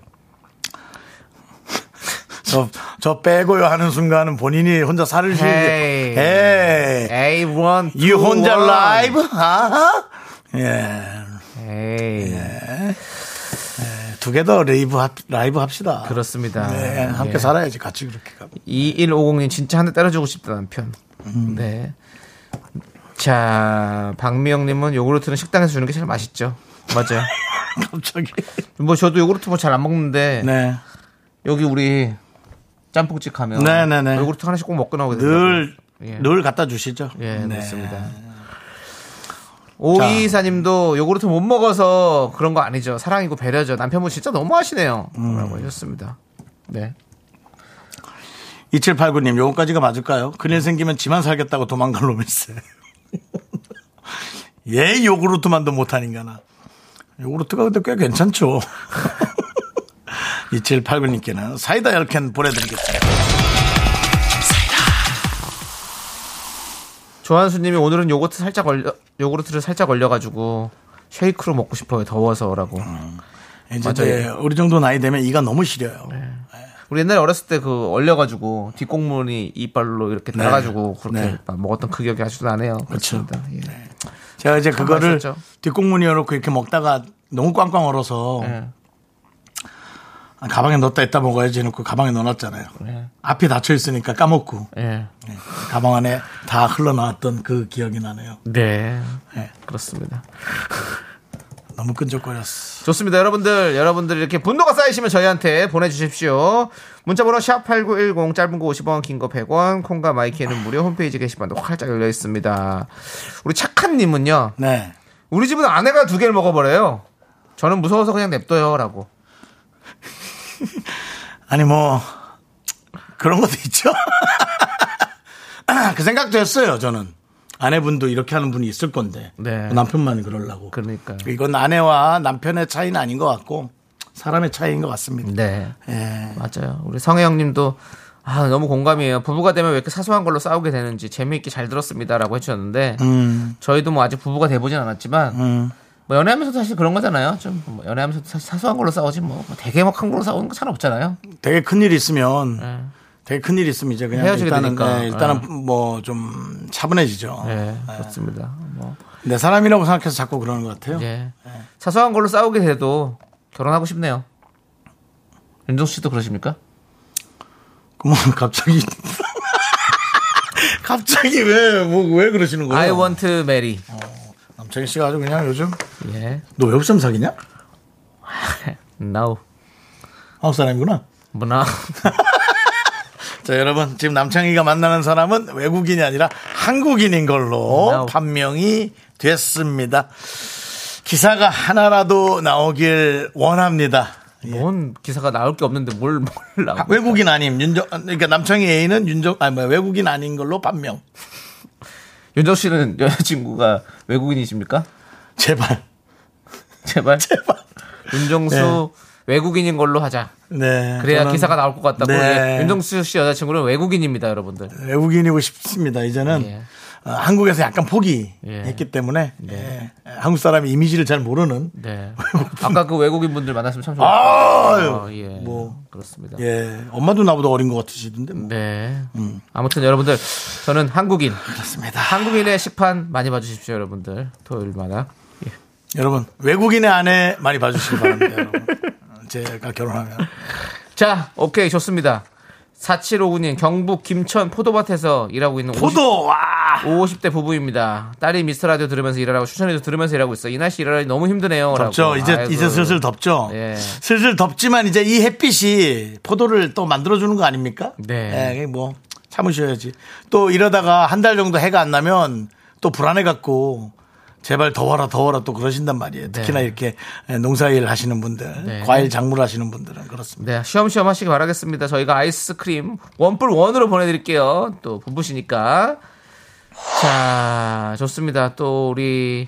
저, 저 빼고요 하는 순간은 본인이 혼자 살을 쉬. 헤이. 예. 에이. 에이, 원. 이 투, 예. 혼자 원. 라이브? 아하? 예. 에이. 두 개 더 레이브 합, 라이브 합시다. 그렇습니다. 네, 함께 예. 살아야지 같이 그렇게 가고. 2150님 진짜 한 대 때려주고 싶다 남편. 음. 네. 자, 박미영님은 요구르트는 식당에서 주는 게 제일 맛있죠. 맞아요. 갑자기. 뭐 저도 요구르트 뭐 잘 안 먹는데 네. 여기 우리 짬뽕집 가면 네네네. 요구르트 하나씩 꼭 먹고 나오거든요. 늘, 예. 늘 갖다 주시죠. 네. 예, 그렇습니다. 자. 오이사님도 요구르트 못 먹어서 그런 거 아니죠. 사랑이고 배려죠. 남편분 진짜 너무하시네요. 음. 라고 하셨습니다. 네. 2789님, 요거까지가 맞을까요? 그일 생기면 지만 살겠다고 도망갈 놈일세. 얘 요구르트만도 못한 인간아. 요구르트가 근데 꽤 괜찮죠. 2789님께는 사이다 10캔 보내드리겠습니다. 조한수님이 오늘은 요거트 살짝 얼려, 요구르트를 살짝 얼려가지고 쉐이크로 먹고 싶어요. 더워서라고. 음. 이제 이제 우리 정도 나이 되면 이가 너무 시려요. 네. 우리 옛날에 어렸을 때 그 얼려가지고 뒷공문이 이빨로 이렇게 네. 달아가지고 그렇게 네. 막 먹었던 그 기억이 아직도 나네요. 그렇죠. 그렇습니다. 예. 제가 이제 그거를 맛있었죠. 뒷공문이 열고 이렇게 먹다가 너무 꽝꽝 얼어서 예. 아, 가방에 넣었다 했다 먹어야지 해놓고 가방에 넣어놨잖아요. 앞이 닫혀 있으니까 까먹고 예. 예. 네. 가방 안에 다 흘러나왔던 그 기억이 나네요. 네. 네. 그렇습니다. 너무 끈적거렸어. 좋습니다. 여러분들, 여러분들 이렇게 분노가 쌓이시면 저희한테 보내주십시오. 문자번호 샵8910, 짧은 거 50원, 긴 거 100원, 콩과 마이키는 무료 홈페이지 게시판도 활짝 열려 있습니다. 우리 착한님은요, 네. 우리 집은 아내가 두 개를 먹어버려요. 저는 무서워서 그냥 냅둬요. 라고. 아니 뭐 그런 것도 있죠. 그 생각도 했어요. 저는 아내분도 이렇게 하는 분이 있을 건데 네. 남편만 그러려고. 그러니까요. 이건 아내와 남편의 차이는 아닌 것 같고 사람의 차이인 것 같습니다. 네. 예. 맞아요. 우리 성혜영 님도 아, 너무 공감이에요. 부부가 되면 왜 이렇게 사소한 걸로 싸우게 되는지 재미있게 잘 들었습니다라고 해주셨는데 음. 저희도 뭐 아직 부부가 돼보진 않았지만 뭐 연애하면서도 사실 그런 거잖아요. 좀뭐 연애하면서도 사실 사소한 걸로 싸우지 뭐 되게 막 큰 걸로 싸우는 거 잘 없잖아요. 되게 큰 일 있으면 되게 큰 일 있으면 이제 그냥 예. 헤어지게 일단은 되니까. 네, 일단은 뭐 좀 차분해지죠. 예, 그렇습니다. 뭐 내 사람이라고 생각해서 자꾸 그러는 것 같아요. 예. 네. 사소한 걸로 싸우게 돼도 결혼하고 싶네요. 윤정수 씨도 그러십니까? 그럼 갑자기 갑자기 왜 뭐 왜 그러시는 거예요? I want Mary. 남창희 씨가 아주 그냥 요즘 예. 너 외국 사람 사귀냐? No. 한국 사람이구나. 문화. 자 여러분 지금 남창희가 만나는 사람은 외국인이 아니라 한국인인 걸로 No. 판명이 됐습니다. 기사가 하나라도 나오길 원합니다. 예. 뭔 기사가 나올 게 없는데 뭘 몰라. 외국인 아님 윤정 그러니까 남창희 애인은 윤정 아니 뭐 외국인 아닌 걸로 판명. 윤정 씨는 여자친구가 외국인이십니까? 제발 제발. 윤정수 외국인인 걸로 하자. 네. 그래야 저는 기사가 나올 것 같다고. 네. 예, 윤정수 씨 여자친구는 외국인입니다, 여러분들. 외국인이고 싶습니다. 이제는 예. 어, 한국에서 약간 예. 포기했기 때문에 예. 한국 사람의 이미지를 잘 모르는 네. 아까 그 외국인 분들 만났으면 참 좋았을 아유, 것 같아요. 예. 뭐. 그렇습니다. 예 엄마도 나보다 어린 것 같으시던데 뭐. 네. 아무튼 여러분들 저는 한국인 그렇습니다. 한국인의 식판 많이 봐주십시오, 여러분들. 토요일마다. 여러분 외국인의 아내 많이 봐주시기 바랍니다. 여러분. 제가 결혼하면 자, 오케이, 좋습니다. 4759님, 경북 김천 포도밭에서 일하고 있는 포도 와 50, 대 부부입니다. 딸이 미스터 라디오 들으면서 일하라고 추천해서 들으면서 일하고 있어. 이 날씨 일하라니 너무 힘드네요. 라고. 덥죠. 이제 아이고. 이제 슬슬 덥죠. 예. 슬슬 덥지만 이제 이 햇빛이 포도를 또 만들어 주는 거 아닙니까? 네. 예, 뭐 참으셔야지. 또 이러다가 한 달 정도 해가 안 나면 또 불안해 갖고 제발 더워라 더워라 또 그러신단 말이에요. 특히나 이렇게 농사일 하시는 분들, 네. 과일 작물 하시는 분들은 그렇습니다. 네, 시험시험 하시기 바라겠습니다. 저희가 아이스크림 원뿔 원으로 보내드릴게요. 또 부부시니까. 자, 좋습니다. 또 우리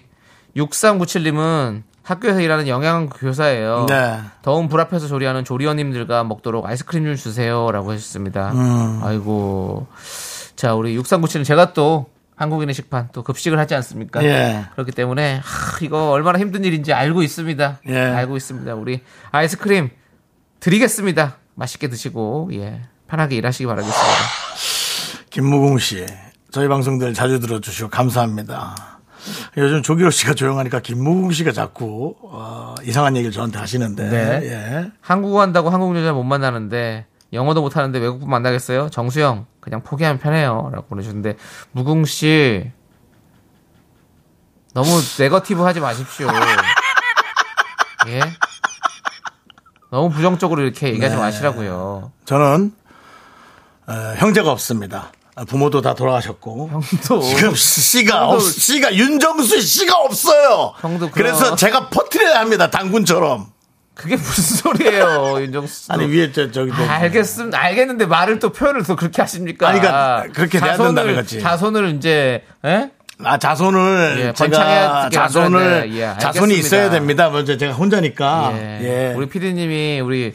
6397님은 학교에서 일하는 영양교사예요. 네. 더운 불 앞에서 조리하는 조리원님들과 먹도록 아이스크림 좀 주세요. 라고 해주셨습니다. 음. 아이고. 자, 우리 6397님 제가 또 한국인의 식판 또 급식을 하지 않습니까? 예. 그렇기 때문에 하, 이거 얼마나 힘든 일인지 알고 있습니다. 예. 알고 있습니다. 우리 아이스크림 드리겠습니다. 맛있게 드시고 예 편하게 일하시기 바라겠습니다. 김무공 씨, 저희 방송들 자주 들어주시고 감사합니다. 요즘 조기로 씨가 조용하니까 김무공 씨가 자꾸 어, 이상한 얘기를 저한테 하시는데 네. 예. 한국어 한다고 한국 여자 못 만나는데 영어도 못 하는데 외국분 만나겠어요? 정수영 그냥 포기하면 편해요라고 보내주는데 무궁 씨 너무 네거티브 하지 마십시오. 예. 너무 부정적으로 이렇게 네. 얘기하지 마시라고요. 저는 어, 형제가 없습니다. 아, 부모도 다 돌아가셨고 형도. 지금 씨가 없, 씨가 윤정수 씨가 없어요. 형도 그럼. 그래서 제가 퍼트려야 합니다. 당군처럼. 그게 무슨 소리예요, 윤정수 씨. 아니 위에 저 저기 뭐- 알겠음 알겠는데 말을 또 표현을 또 그렇게 하십니까? 아니, 그러니까 그렇게 돼야 자손을- 된다는 거지. 자손을 이제 예? 아 자손을 예, 번창해야 제가 되게 안 자손을 되는데. 예, 알겠습니다. 자손이 있어야 됩니다. 먼저 제가 혼자니까 예. 예. 우리 피디님이 우리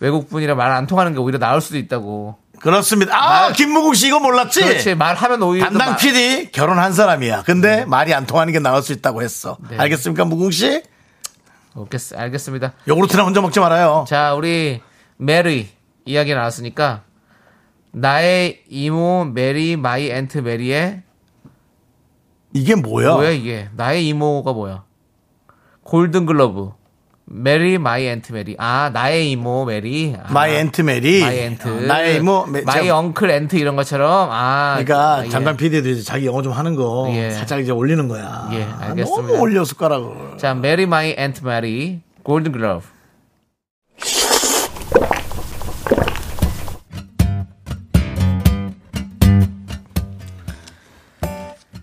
외국 분이라 말 안 통하는 게 오히려 나을 수도 있다고. 그렇습니다. 아 김무국 씨 이거 몰랐지? 그렇지 말하면 오히려 또 예. 담당 말- PD 결혼한 사람이야. 근데 말이 안 통하는 게 나올 수 있다고 했어. 네. 알겠습니까, 무궁 씨? 오겠, 알겠습니다. 요구르트나 혼자 먹지 말아요. 자 우리 메리 이야기 나왔으니까 나의 이모 메리 마이 앤트 메리의 이게 뭐야? 뭐야 이게 나의 이모가 뭐야? 골든 글러브 메리 마이 앤트 메리 아 나의 이모 메리 아. 마이 앤트 메리. 마이 뭐, 앤트 어, 나의 이모. 메- 마이 제가- 엉클 앤트 이런 것처럼 아 그러니까 예. 잠깐 PD도 이제 자기 영어 좀 하는 거 예. 살짝 이제 올리는 거야. 아, 예, 알겠습니다. 너무 올려 숟가락을. 자 메리 마이 앤트 메리 골든 글러브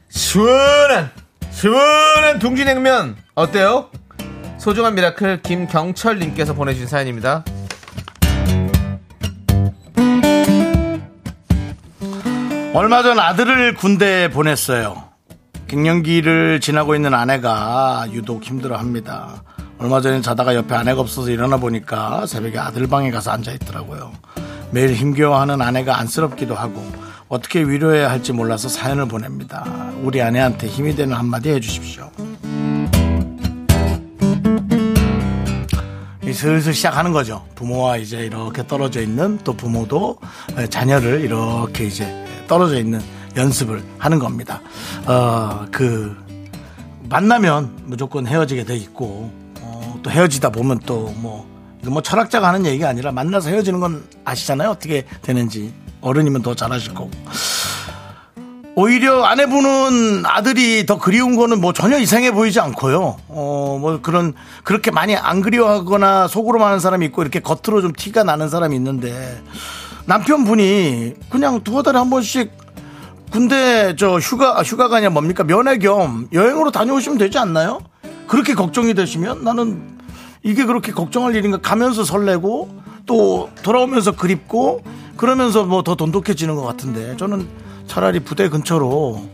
시원한. 시원한 둥지냉면 어때요? 소중한 미라클 김경철님께서 보내주신 사연입니다. 얼마 전 아들을 군대에 보냈어요. 갱년기를 지나고 있는 아내가 유독 힘들어 합니다. 얼마 전에 자다가 옆에 아내가 없어서 일어나 보니까 새벽에 아들 방에 가서 앉아 있더라고요. 매일 힘겨워하는 아내가 안쓰럽기도 하고 어떻게 위로해야 할지 몰라서 사연을 보냅니다. 우리 아내한테 힘이 되는 한마디 해주십시오. 이 슬슬 시작하는 거죠. 부모와 이제 이렇게 떨어져 있는 또 부모도 자녀를 이렇게 이제 떨어져 있는 연습을 하는 겁니다. 어, 그 만나면 무조건 헤어지게 돼 있고 어, 또 헤어지다 보면 또 뭐 이거 뭐 철학자가 하는 얘기가 아니라 만나서 헤어지는 건 아시잖아요. 어떻게 되는지 어른이면 더 잘하실 거고. 오히려 아내분은 아들이 더 그리운 거는 뭐 전혀 이상해 보이지 않고요. 어, 뭐 그런, 그렇게 많이 안 그리워하거나 속으로만 하는 사람이 있고 이렇게 겉으로 좀 티가 나는 사람이 있는데 남편분이 그냥 두어 달에 한 번씩 군대 저 휴가, 아, 휴가가 아니라 뭡니까? 면회 겸 여행으로 다녀오시면 되지 않나요? 그렇게 걱정이 되시면 나는 이게 그렇게 걱정할 일인가 가면서 설레고 또 돌아오면서 그립고 그러면서 뭐 더 돈독해지는 것 같은데 저는 차라리 부대 근처로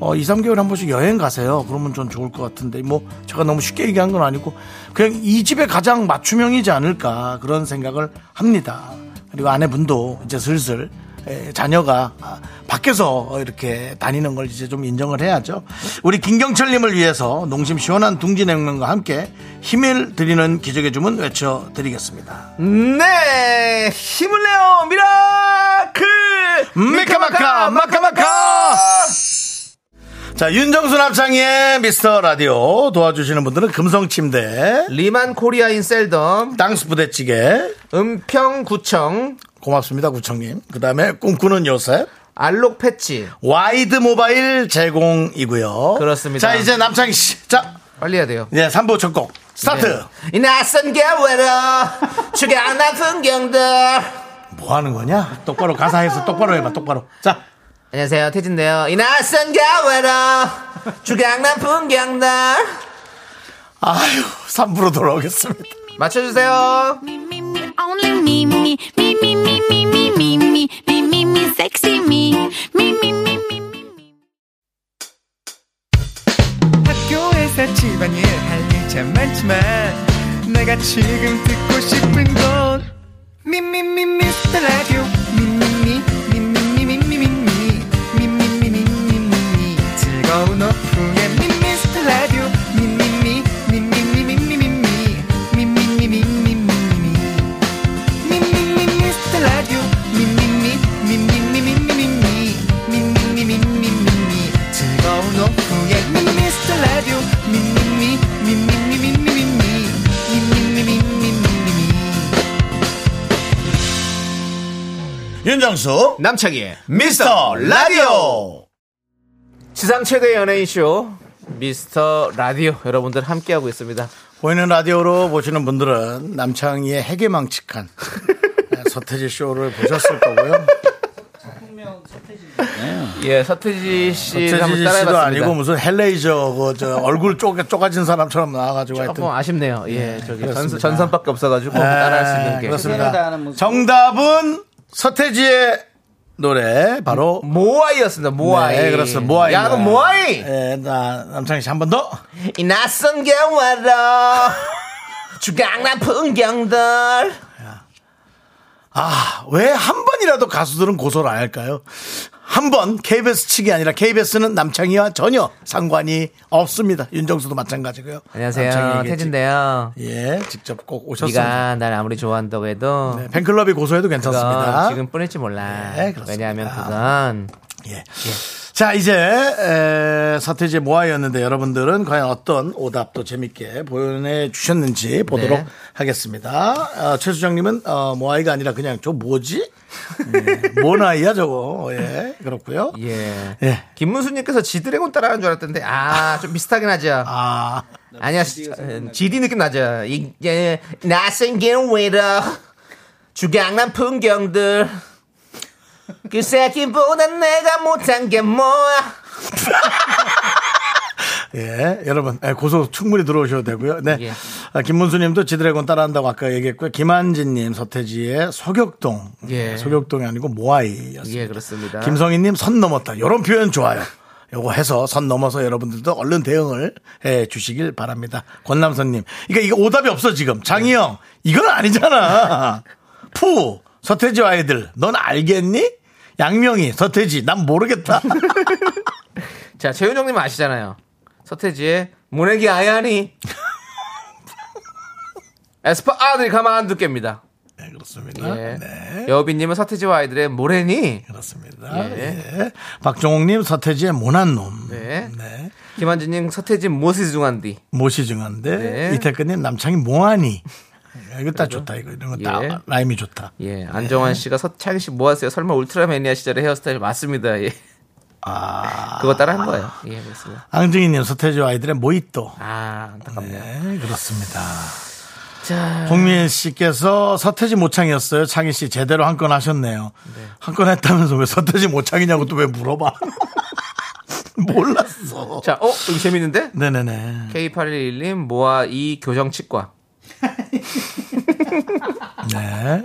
어, 2, 3개월에 한 번씩 여행 가세요. 그러면 전 좋을 것 같은데, 뭐, 제가 너무 쉽게 얘기한 건 아니고, 그냥 이 집에 가장 맞춤형이지 않을까, 그런 생각을 합니다. 그리고 아내분도 이제 슬슬, 에, 자녀가 아, 밖에서 이렇게 다니는 걸 이제 좀 인정을 해야죠. 우리 김경철님을 위해서 농심 시원한 둥지냉면과 함께 힘을 드리는 기적의 주문 외쳐드리겠습니다. 네 힘을 내요 미라클 미카마카, 마카마카! 자, 윤정수 남창희의 미스터 라디오 도와주시는 분들은 금성침대, 리만 코리아인 셀덤 땅스 부대찌개, 은평구청 고맙습니다, 구청님. 그 다음에 꿈꾸는 요새. 알록 패치 와이드 모바일 제공이고요. 그렇습니다. 자, 이제 남창희 씨. 자, 빨리 해야 돼요 네. 이제 3부 첫 곡. 스타트! 이 낯선 겨울에 죽여 나쁜 경들 뭐 하는 거냐? 똑바로 가사해서 똑바로 해봐, 똑바로. 자, 안녕하세요 태진데요 이 낯선 겨울에 죽여 나쁜 경들 아유, 3부로 돌아오겠습니다. 맞춰주세요 Me, me, me, only me, me, me, me, me, me, me, me, me, me, me, me, sexy me, me, me, me, me, me, me. 학교에서 집안일 할 일 참 많지만 내가 지금 듣고 싶은 건 미미미 미스터 라디오 미미미 미미미 미미미 미미미 미미미 즐거운 오후에 미스터 라디오 미미미 미미미 미미미 미미미 미미미 미미미 미스터 라디오 미미미 미미미 미미미 미미미 미미미 즐거운 오후에 미스터 라디오 oh, 미미미 미미미 미미미 미미미 미미미 윤정수, 남창희의 미스터 라디오! 지상 최대 연예인 쇼 미스터 라디오 여러분들 함께하고 있습니다. 보이는 라디오로 보시는 분들은 남창희의 해계망측한 네, 서태지 쇼를 보셨을 거고요. 예, 서태지 씨 한번 서태지 씨도 따라해봤습니다. 아니고 무슨 헬레이저 그저 얼굴 쪼개 쪼가진 사람처럼 나와가지고 조금 하여튼 아쉽네요. 예, 저기 그렇습니다. 전선밖에 없어가지고 뭐 네, 따라할 수 있는 게 그렇습니다. 정답은 서태지의 노래 바로 모아이였습니다. 모아이. 네, 그렇습니다. 모아이. 야, 그 모아이. 예, 나 남창희 씨 한 번 더. 이 낯선 경화로 주강남 풍경들. 아, 왜 한 번이라도 가수들은 고소를 안 할까요? 한 번 KBS 측이 아니라 KBS는 남창희와 전혀 상관이 없습니다. 윤정수도 마찬가지고요. 안녕하세요, 남창희에게 태진데요. 직- 예, 직접 꼭 오셨습니다. 네가 날 아무리 좋아한다고 해도 네, 팬클럽이 고소해도 괜찮습니다. 그건 지금 뿐일지 몰라. 네, 그렇습니다. 왜냐하면 그건 예. 자, 이제 에, 서태지의 모아였는데 여러분들은 과연 어떤 오답도 재밌게 보내주셨는지 보도록 네. 하겠습니다. 어, 최수장님은 어, 모아이가 아니라 그냥 저 뭐지? 네, 뭔 아이야 저거? 예, 그렇고요. 예. 예. 김문수님께서 지드래곤 따라하는 줄 알았던데 아 좀 비슷하긴 하죠. 아, 아니야, GD 느낌 나죠. 이게 낯생긴 외로 주강남 풍경들 그 새끼보단 내가 못한 게 뭐야? 예, 여러분 예, 고소 충분히 들어오셔도 되고요. 네, 예. 아, 김문수님도 지드래곤 따라한다고 아까 얘기했고요. 김한진님 서태지의 소격동, 예. 소격동이 아니고 모아이였습니다. 예, 그렇습니다. 김성희님 선 넘었다. 이런 표현 좋아요. 요거 해서 선 넘어서 여러분들도 얼른 대응을 해 주시길 바랍니다. 권남선님. 그러니까 이거 오답이 없어 지금. 장희영 예. 이건 아니잖아. 푸 서태지 아이들 넌 알겠니? 양명희 서태지 난 모르겠다. 자, 재윤형님 아시잖아요. 서태지의 모내기 아야니 에스파 아들이 가만 안 두겠습니다. 네, 그렇습니다. 예. 네. 여우빈님은 서태지와 아이들의 모래니 그렇습니다. 예. 박종옥님 서태지의 모난 놈. 네. 네. 김한진님 서태지 모시 중한디 모시증한데 네. 이태근님 남창이 모하니. 야, 이거 다 좋다 이거 이런 거 다 예. 라임이 좋다. 예, 네. 안정환 씨가 서창희 씨 뭐하세요? 설마 울트라매니아 시절의 헤어스타일 맞습니다. 예. 아. 그거 따라 한 거예요. 예, 그렇습니다. 앙증이님 서태지 아이들의 모히또. 아, 안타깝네요. 네, 그렇습니다. 자, 홍민 씨께서 서태지 모창이었어요. 창희 씨 제대로 한 건 하셨네요. 한 건 했다면서 왜 서태지 모창이냐고 또 왜 물어봐. 몰랐어. 자, 어, 이거 재밌는데? 네네네. K811님 모아 이 교정치과. 네.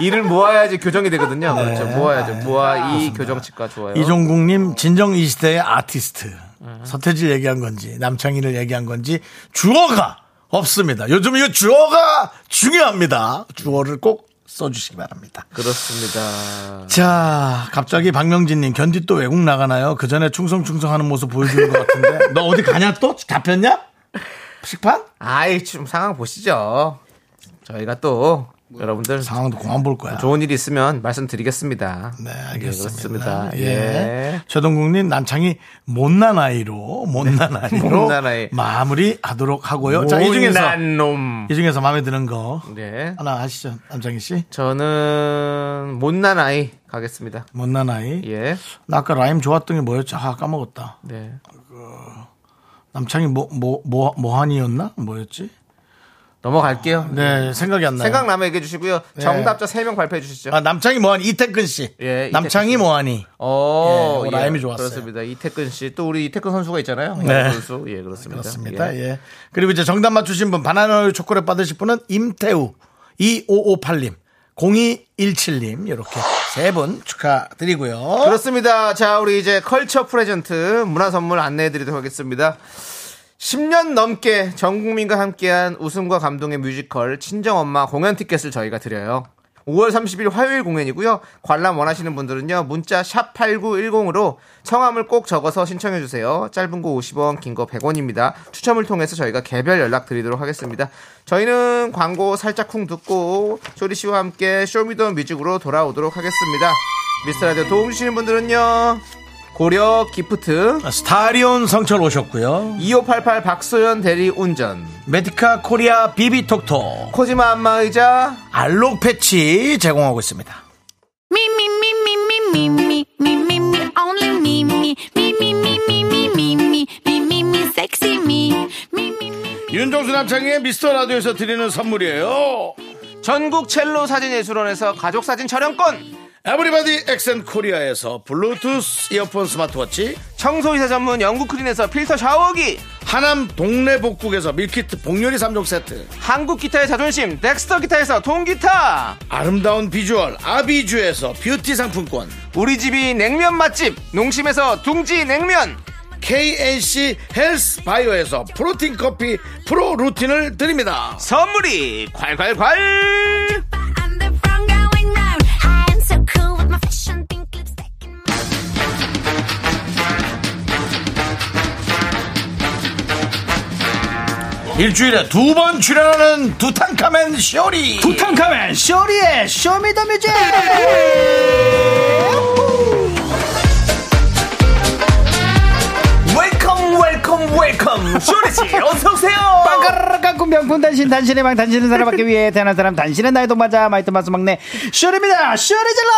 이를 모아야지 교정이 되거든요. 그렇죠. 모아야죠. 모아 이 교정 치과 좋아요. 이종국님 진정 이 시대의 아티스트 서태지를 얘기한 건지 남창희를 얘기한 건지 주어가 없습니다. 요즘 이 주어가 중요합니다. 주어를 꼭 써주시기 바랍니다. 그렇습니다. 자, 갑자기 박명진님 견디 또 외국 나가나요? 그 전에 충성충성하는 모습 보여주는 것 같은데 너 어디 가냐 또 잡혔냐? 식판? 아이 좀 상황 보시죠. 저희가 또 여러분들 상황도 공안 볼 거야. 좋은 일이 있으면 말씀드리겠습니다. 예, 네, 알겠습니다. 그렇습니다. 예. 예. 최동국님 남창이 못난 아이로 못난 아이로 네. 못난 아이. 마무리하도록 하고요. 어, 자, 이 중에서 예. 예. 못난 놈. 이 중에서 마음에 드는 거 네. 하나 하시죠, 남창희 씨. 저는 못난 아이 가겠습니다. 못난 아이. 예. 나 아까 라임 좋았던 게 뭐였지? 아, 까먹었다. 네. 남창이 뭐 뭐 뭐 뭐한이었나? 뭐였지? 넘어갈게요. 네, 생각이 안 나요. 생각나면 얘기해 주시고요. 정답자 3명 발표해 주시죠. 아, 남창이 뭐하니? 이태근 씨. 예, 이태근 남창이 씨. 뭐하니? 어, 예, 라임이 좋았어요. 그렇습니다. 이태근 씨, 또 우리 이태근 선수가 있잖아요. 네. 이태근 선수. 예, 그렇습니다. 그렇습니다. 예. 예. 그리고 이제 정답 맞추신 분, 바나나 우유 초콜릿 받으실 분은 임태우, 2558님, 0217님, 이렇게 세 분 축하드리고요. 그렇습니다. 자, 우리 이제 컬처 프레젠트 문화 선물 안내해 드리도록 하겠습니다. 10년 넘게 전 국민과 함께한 웃음과 감동의 뮤지컬 친정엄마 공연 티켓을 저희가 드려요. 5월 30일 화요일 공연이고요. 관람 원하시는 분들은요. 문자 샵 8910으로 성함을 꼭 적어서 신청해 주세요. 짧은 거 50원, 긴 거 100원입니다. 추첨을 통해서 저희가 개별 연락 드리도록 하겠습니다. 저희는 광고 살짝 쿵 듣고 쇼리 씨와 함께 쇼미더 뮤직으로 돌아오도록 하겠습니다. 미스터 라디오 도움 주시는 분들은요. 고려 기프트 스타리온 성철 오셨고요. 2588 박소연 대리 운전. 메디카 코리아 비비톡톡, 코지마 안마 의자. 알록 패치 제공하고 있습니다. Me, me, me, me, me, me, me, me, me, me, only me, me, me, me, me, me, me, me, me, me, me, me, sexy me, me, me, me. 윤종수 남창의 미스터 라디오에서 드리는 선물이에요. 전국 첼로 사진 예술원에서 가족 사진 촬영권. 에브리바디 엑센 코리아에서 블루투스 이어폰 스마트워치, 청소이사 전문 영국 크린에서 필터 샤워기. 하남 동네 복국에서 밀키트 복요리 3종 세트, 한국 기타의 자존심. 덱스터 기타에서 통기타. 아름다운 비주얼 아비주에서 뷰티 상품권, 우리 집이 냉면 맛집. 농심에서 둥지 냉면. KNC 헬스 바이오에서 프로틴 커피 프로 루틴을 드립니다. 선물이 콸콸콸! I'm the front going round. I am so cool with my fashion pink lipstick and my. 일주일에 두 번 출연하는 두탕카멘 쇼리. 탕카멘 쇼리의 쇼미더뮤직! 웰컴 웰컴 웰컴 쇼리씨 어서오세요 빵가르르 깎은 명품 단신 단신의 망 단신은 사랑받기 위해 태어난 사람 단신은 나의 동반자 마이트 마스 막내 쇼리입니다 쇼리질러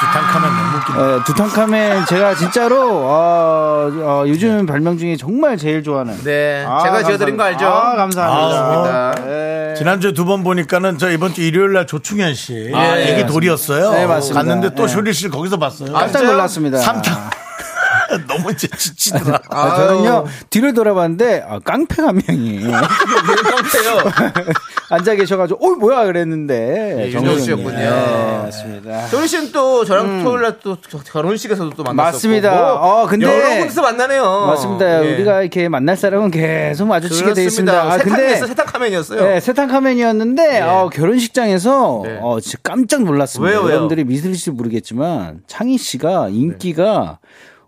두탕카멘 너무 웃기다. 어, 두탕카멘 제가 진짜로 어, 어, 요즘 네. 별명 중에 정말 제일 좋아하는 네 아, 제가 감사합니다. 지어드린 거 알죠? 아, 감사합니다 아, 예. 지난주에 두 번 보니까는 저 이번 주 일요일 날 조충현 씨 아, 예, 얘기 맞습니다. 돌이었어요. 네, 맞습니다. 갔는데 또 예. 쇼리 씨를 거기서 봤어요. 깜짝 놀랐습니다 삼탕. 아, 너무 이제 지치더라. 아, 저는요 뒤를 돌아봤는데 아, 깡패 한 명이 깜짝이요 앉아 계셔가지고 어 뭐야 그랬는데 예, 정우성님. 윤정수였군요. 예, 맞습니다 쇼리씨는 또 저랑 음. 토요일날 또 결혼식에서도 또 만났었고 뭐 맞습니다. 어, 근데- 여러 곳에서 만나네요 맞습니다. 예. 우리가 이렇게 만날 사람은 계속 마주치게 돼 있습니다. 그렇습니다. 아, 세탁면에서 세탁카면이었어요 예. 네, 세탁 카멘이었는데 어, 결혼식장에서 네. 어, 진짜 깜짝 놀랐습니다. 왜요, 왜요? 여러분들이 믿을지 모르겠지만 창희 씨가 인기가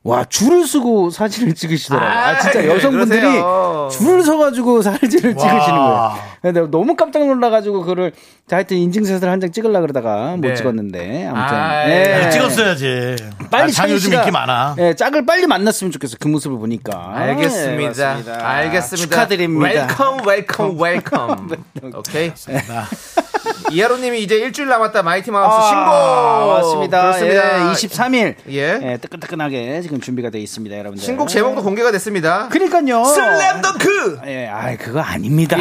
와 줄을 서고 사진을 찍으시더라고요. 아, 네. 아, 진짜 왜 여성분들이 그러세요? 줄을 서가지고 사진을 찍으시는 와. 거예요. 근데 너무 깜짝 놀라가지고 그를 자 하여튼 인증샷을 한 장 찍으려 그러다가 못 네. 찍었는데 아무튼 아, 네. 예. 찍었어야지. 빨리 아, 장 창희 요즘 씨가, 인기 많아. 예, 짝을 빨리 만났으면 좋겠어. 그 모습을 보니까. 예, 알겠습니다. 맞습니다. 알겠습니다. 축하드립니다. 네, 웰컴, 웰컴, 웰컴. 오케이. 이하로님이 이제 일주일 남았다. 마이티 마우스 신곡. 아, 맞습니다. 그렇습니다. 예, 23일. 예. 예. 뜨끈뜨끈하게 지금 준비가 되어 있습니다, 여러분들. 신곡 제목도 공개가 됐습니다. 네. 그러니까요. 슬램덩크. 예. 예, 아, 그거 아닙니다.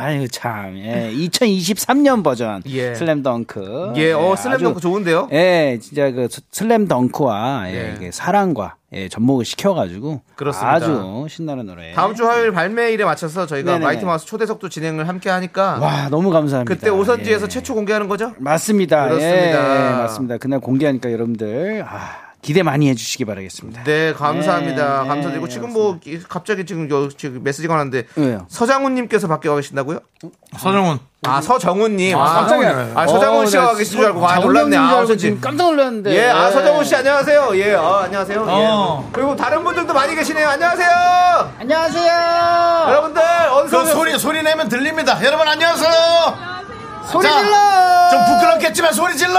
아유, 참. 예, 2023년 버전 예. 슬램덩크. 예, 어 아주- 슬램덩크 좋은데요. 예, 진짜 그 슬- 슬램덩크와 예, 예. 이게 사랑과 예, 접목을 시켜가지고 그렇습니다. 아주 신나는 노래. 다음 주 화요일 발매일에 맞춰서 저희가 네네네. 라이트 마우스 초대석도 진행을 함께 하니까 와 너무 감사합니다. 그때 오선지에서 예. 최초 공개하는 거죠? 맞습니다. 그렇습니다. 예, 맞습니다. 그날 공개하니까 여러분들 아, 기대 많이 해주시기 바라겠습니다. 네, 감사합니다. 네, 감사드리고 네, 지금 뭐 이- 갑자기 지금 여- 지금 메시지가 왔는데 왜요? 서장훈 님께서 밖에 와 계신다고요? 서정훈. 아, 서정훈 님. 아, 깜짝이야. 아, 서장훈 어, 씨가 와 나 계신 줄 알고 와 자, 놀랐네. 운명인 줄 아, 알고 어쩐지. 지금 깜짝 놀랐는데. 예, 아, 서정훈 씨 안녕하세요. 예, 아, 안녕하세요. 어. 예. 그리고 다른 분들도 많이 계시네요. 안녕하세요. 안녕하세요. 여러분들 그 언서 소리 소리 내면 들립니다. 여러분 안녕하세요. 소리 자, 질러. 좀 부끄럽겠지만 소리 질러.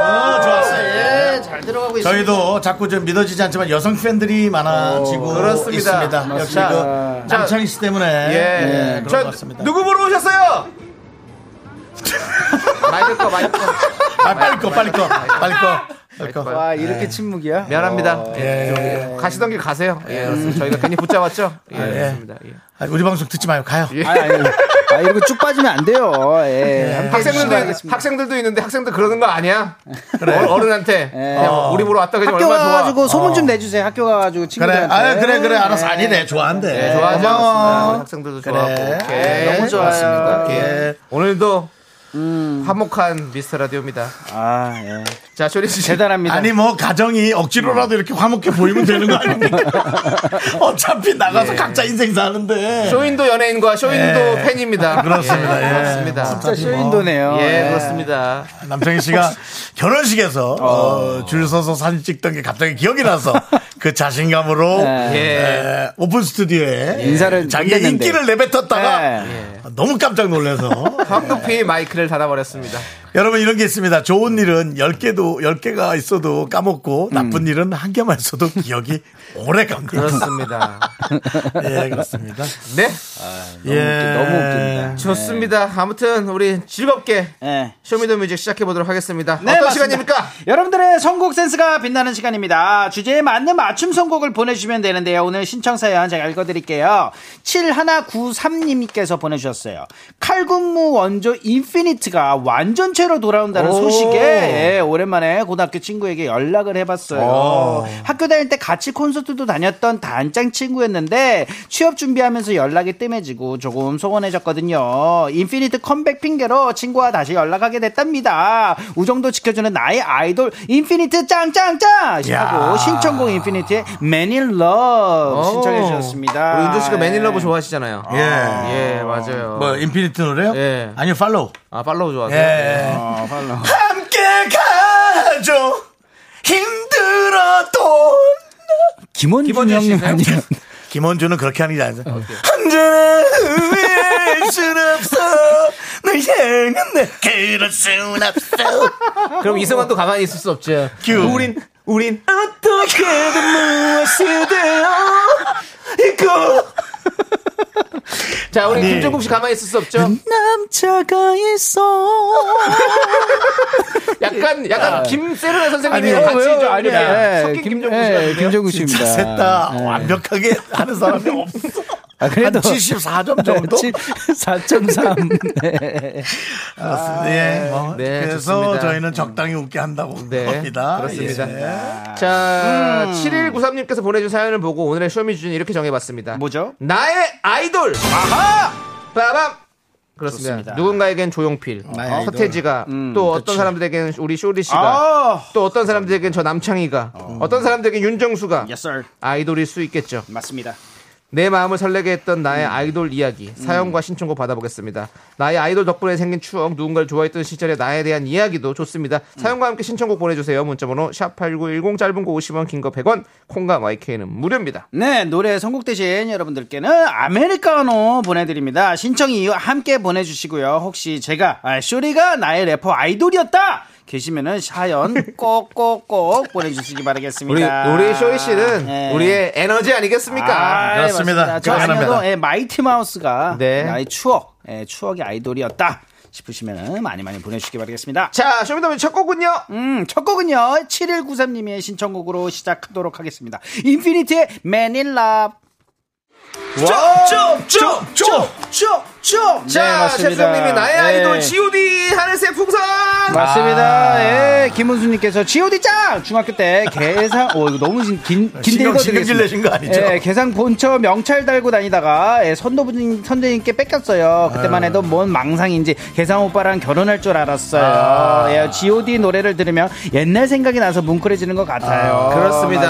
어, 좋았어요. 예, 잘 들어가고 있습니다. 저희도 자꾸 좀 믿어지지 않지만 여성 팬들이 많아지고 그렇습니다. 있습니다. 역시 맞습니다. 그 남창희 씨 때문에 예, 예. 그런 것 저 같습니다. 누구 보러 오셨어요? 마이크 꺼, 마이크 꺼. 아, 빨리 꺼, 빨리 꺼, 빨리 꺼, 빨리 꺼. 아, 와, 이렇게 침묵이야? 네. 어, 미안합니다. 예. 예. 가시던 길 가세요. 예, 그렇습니다. 저희가 괜히 붙잡았죠? 예, 예. 그렇습니다. 예. 아, 우리 방송 듣지 마요. 가요. 아, 아, 아, 이러고 쭉 빠지면 안 돼요. 네, 예. 함께 해주시기 학생들도, 바라겠습니다. 학생들도 있는데 학생들 그러는 거 아니야? 어, 어른한테. 예. 그냥 뭐 우리 보러 왔다 그냥 학교 얼마나 좋아. 어. 가가지고 소문 좀 내주세요. 학교 가가지고 그래, 친구들한테. 아, 그래, 그래. 알아서 아니래. 좋아한대. 예, 좋아하죠? 고마워. 네, 학생들도 그래. 좋아하고. 오케이. 너무 좋아요. 좋았습니다. 오케이. 예. 오늘도 화목한 미스터 라디오입니다. 아, 예. 자, 쇼리 씨. 대단합니다. 아니 뭐 가정이 억지로라도 이렇게 화목해 보이면 되는 거 아닙니까? 어차피 나가서 예. 각자 인생 사는데. 쇼인도 연예인과 쇼인도 예. 팬입니다. 그렇습니다. 예. 그렇습니다. 진짜 쇼인도네요. 예, 그렇습니다. 남창희 씨가 결혼식에서 어, 줄 서서 사진 찍던 게 갑자기 기억이 나서 그 자신감으로 예. 에, 오픈 스튜디오에 인사를 자기의 못 했는데. 인기를 내뱉었다가 예. 너무 깜짝 놀라서 황급히 마이크를 닫아버렸습니다. 여러분 이런 게 있습니다. 좋은 일은 10개도 10개가 있어도 음. 까먹고 나쁜 일은 한 개만 있어도 기억이 오래 갑니다. 그렇습니다. 예, 그렇습니다. 네, 예. 너무 웃깁니다. 좋습니다. 아무튼 우리 즐겁게 예. 쇼미더뮤직 시작해 보도록 하겠습니다. 네, 어떤 맞습니다. 시간입니까? 여러분들의 선곡 센스가 빛나는 시간입니다. 주제에 맞는 맞춤 선곡을 보내주시면 되는데요. 오늘 신청 사연 제가 읽어드릴게요. 7193님께서 보내주셨어요. 칼군무 원조 인피니트가 완전체로 돌아온다는 소식에 예, 오랜만에 고등학교 친구에게 연락을 해봤어요. 학교 다닐 때 같이 콘서트도 다녔던 단짝 친구였는데 취업 준비하면서 연락이 뜸해지고 조금 소원해졌거든요. 인피니트 컴백 핑계로 친구와 다시 연락하게 됐답니다. 우정도 지켜주는 나의 아이돌 인피니트 짱짱짱 하고 야. 신청곡 인피니트의 Man in Love 어, 신청해 주셨습니다. 어. 예. 네. 우리 은주 씨가 매닐러브 좋아하시잖아요. 예. 예, 맞아요. 뭐 인피니트 노래요? 예. 어, 아니요, 팔로우. 아, 팔로우 좋아하세요. 예. 함께 가죠. 힘들어도 김원준 김원준 형님 씨세요? 아니에요? 김원주는 그렇게 하는 게 아니죠. 언제나 왜순 없어. 널 향한 내 그럴 순 없어. 예. 그럼 이승환도 가만히 있을 수 없죠. 큐. 우린 우린 어떻게든 무엇이든 이거 자, 우리 아니. 김종국 씨 가만히 있을 수 없죠. 남자가 있어. 약간 약간 김세르나 선생님이 아. 아니, 같이 왜요? 좀 아니, 네. 이렇게 예, 섞인 김- 김종국 예, 씨가 있네요. 김종국 씨입니다. 진짜 셋다 네. 예. 완벽하게 하는 사람이 없어. 아, 그래도 한 74점 정도? 4.3. 네. 그렇습니다. 예. 음. 뭐, 네, 그래서 좋습니다. 저희는 적당히 웃게 한다고 네, 합니다. 예. 그렇습니다. 아. 자, 음. 7193님께서 보내준 사연을 보고 오늘의 쇼미 주제는 이렇게 정해봤습니다. 뭐죠? 나의 아이돌! 아하! 빠밤! 그렇습니다. 좋습니다. 음, 누군가에겐 조용필, 나의 서태지가, 또 어떤 사람들에겐 우리 쇼리 씨가, 그렇죠. 아, 또 어떤 사람들에겐 저 남창희가, 어. 떤 사람들에겐 윤정수가 yes sir. 아이돌일 수 있겠죠. 맞습니다. 내 마음을 음. 설레게 했던 나의 아이돌 이야기, 사연과 신청곡 받아보겠습니다. 나의 아이돌 덕분에 생긴 추억, 누군가를 좋아했던 시절의 나에 대한 이야기도 좋습니다. 사연과 함께 신청곡 보내주세요. 문자번호 샵8910 짧은 거 50원, 긴 거 100원, 콩과 마이크는 무료입니다. 네, 노래 선곡 대신 여러분들께는 아메리카노 보내드립니다. 신청 이유 함께 보내주시고요. 혹시 제가, 아, 쇼리가 나의 래퍼 아이돌이었다! 계시면은 사연 꼭꼭꼭 보내주시기 우리, 바라겠습니다. 우리 쇼이 씨는 네. 우리의 에너지 아, 아니겠습니까? 네, 그렇습니다. 맞습니다. 저 그렇습니다. 아니어도 예, 마이티 마우스가 네. 나의 추억, 예, 추억의 아이돌이었다 싶으시면 많이 많이 보내주시기 바라겠습니다. 자, 쇼미더미 첫 곡은요? 음, 첫 곡은요 7193님의 신청곡으로 시작하도록 하겠습니다. 인피니티의 Man in Love. 쪼쪼쪼쪼쪼 네, 아, 예. 자, 최수정님이 나의 아이돌 GOD 하늘색 풍선! 맞습니다. 예, 때 김은수님께서 G.O.D 짱 중학교 때 계산 오 이거 너무 긴- 긴 신경- 긴데 신경질 내신 거 아니죠? 예, 계산 본처 명찰 달고 다니다가 예, 선도부님 선생님께 뺏겼어요. 그때만 해도 뭔 망상인지 계산 오빠랑 결혼할 줄 알았어요. 예, G.O.D 노래를 들으면 옛날 생각이 나서 뭉클해지는 것 같아요. 그렇습니다.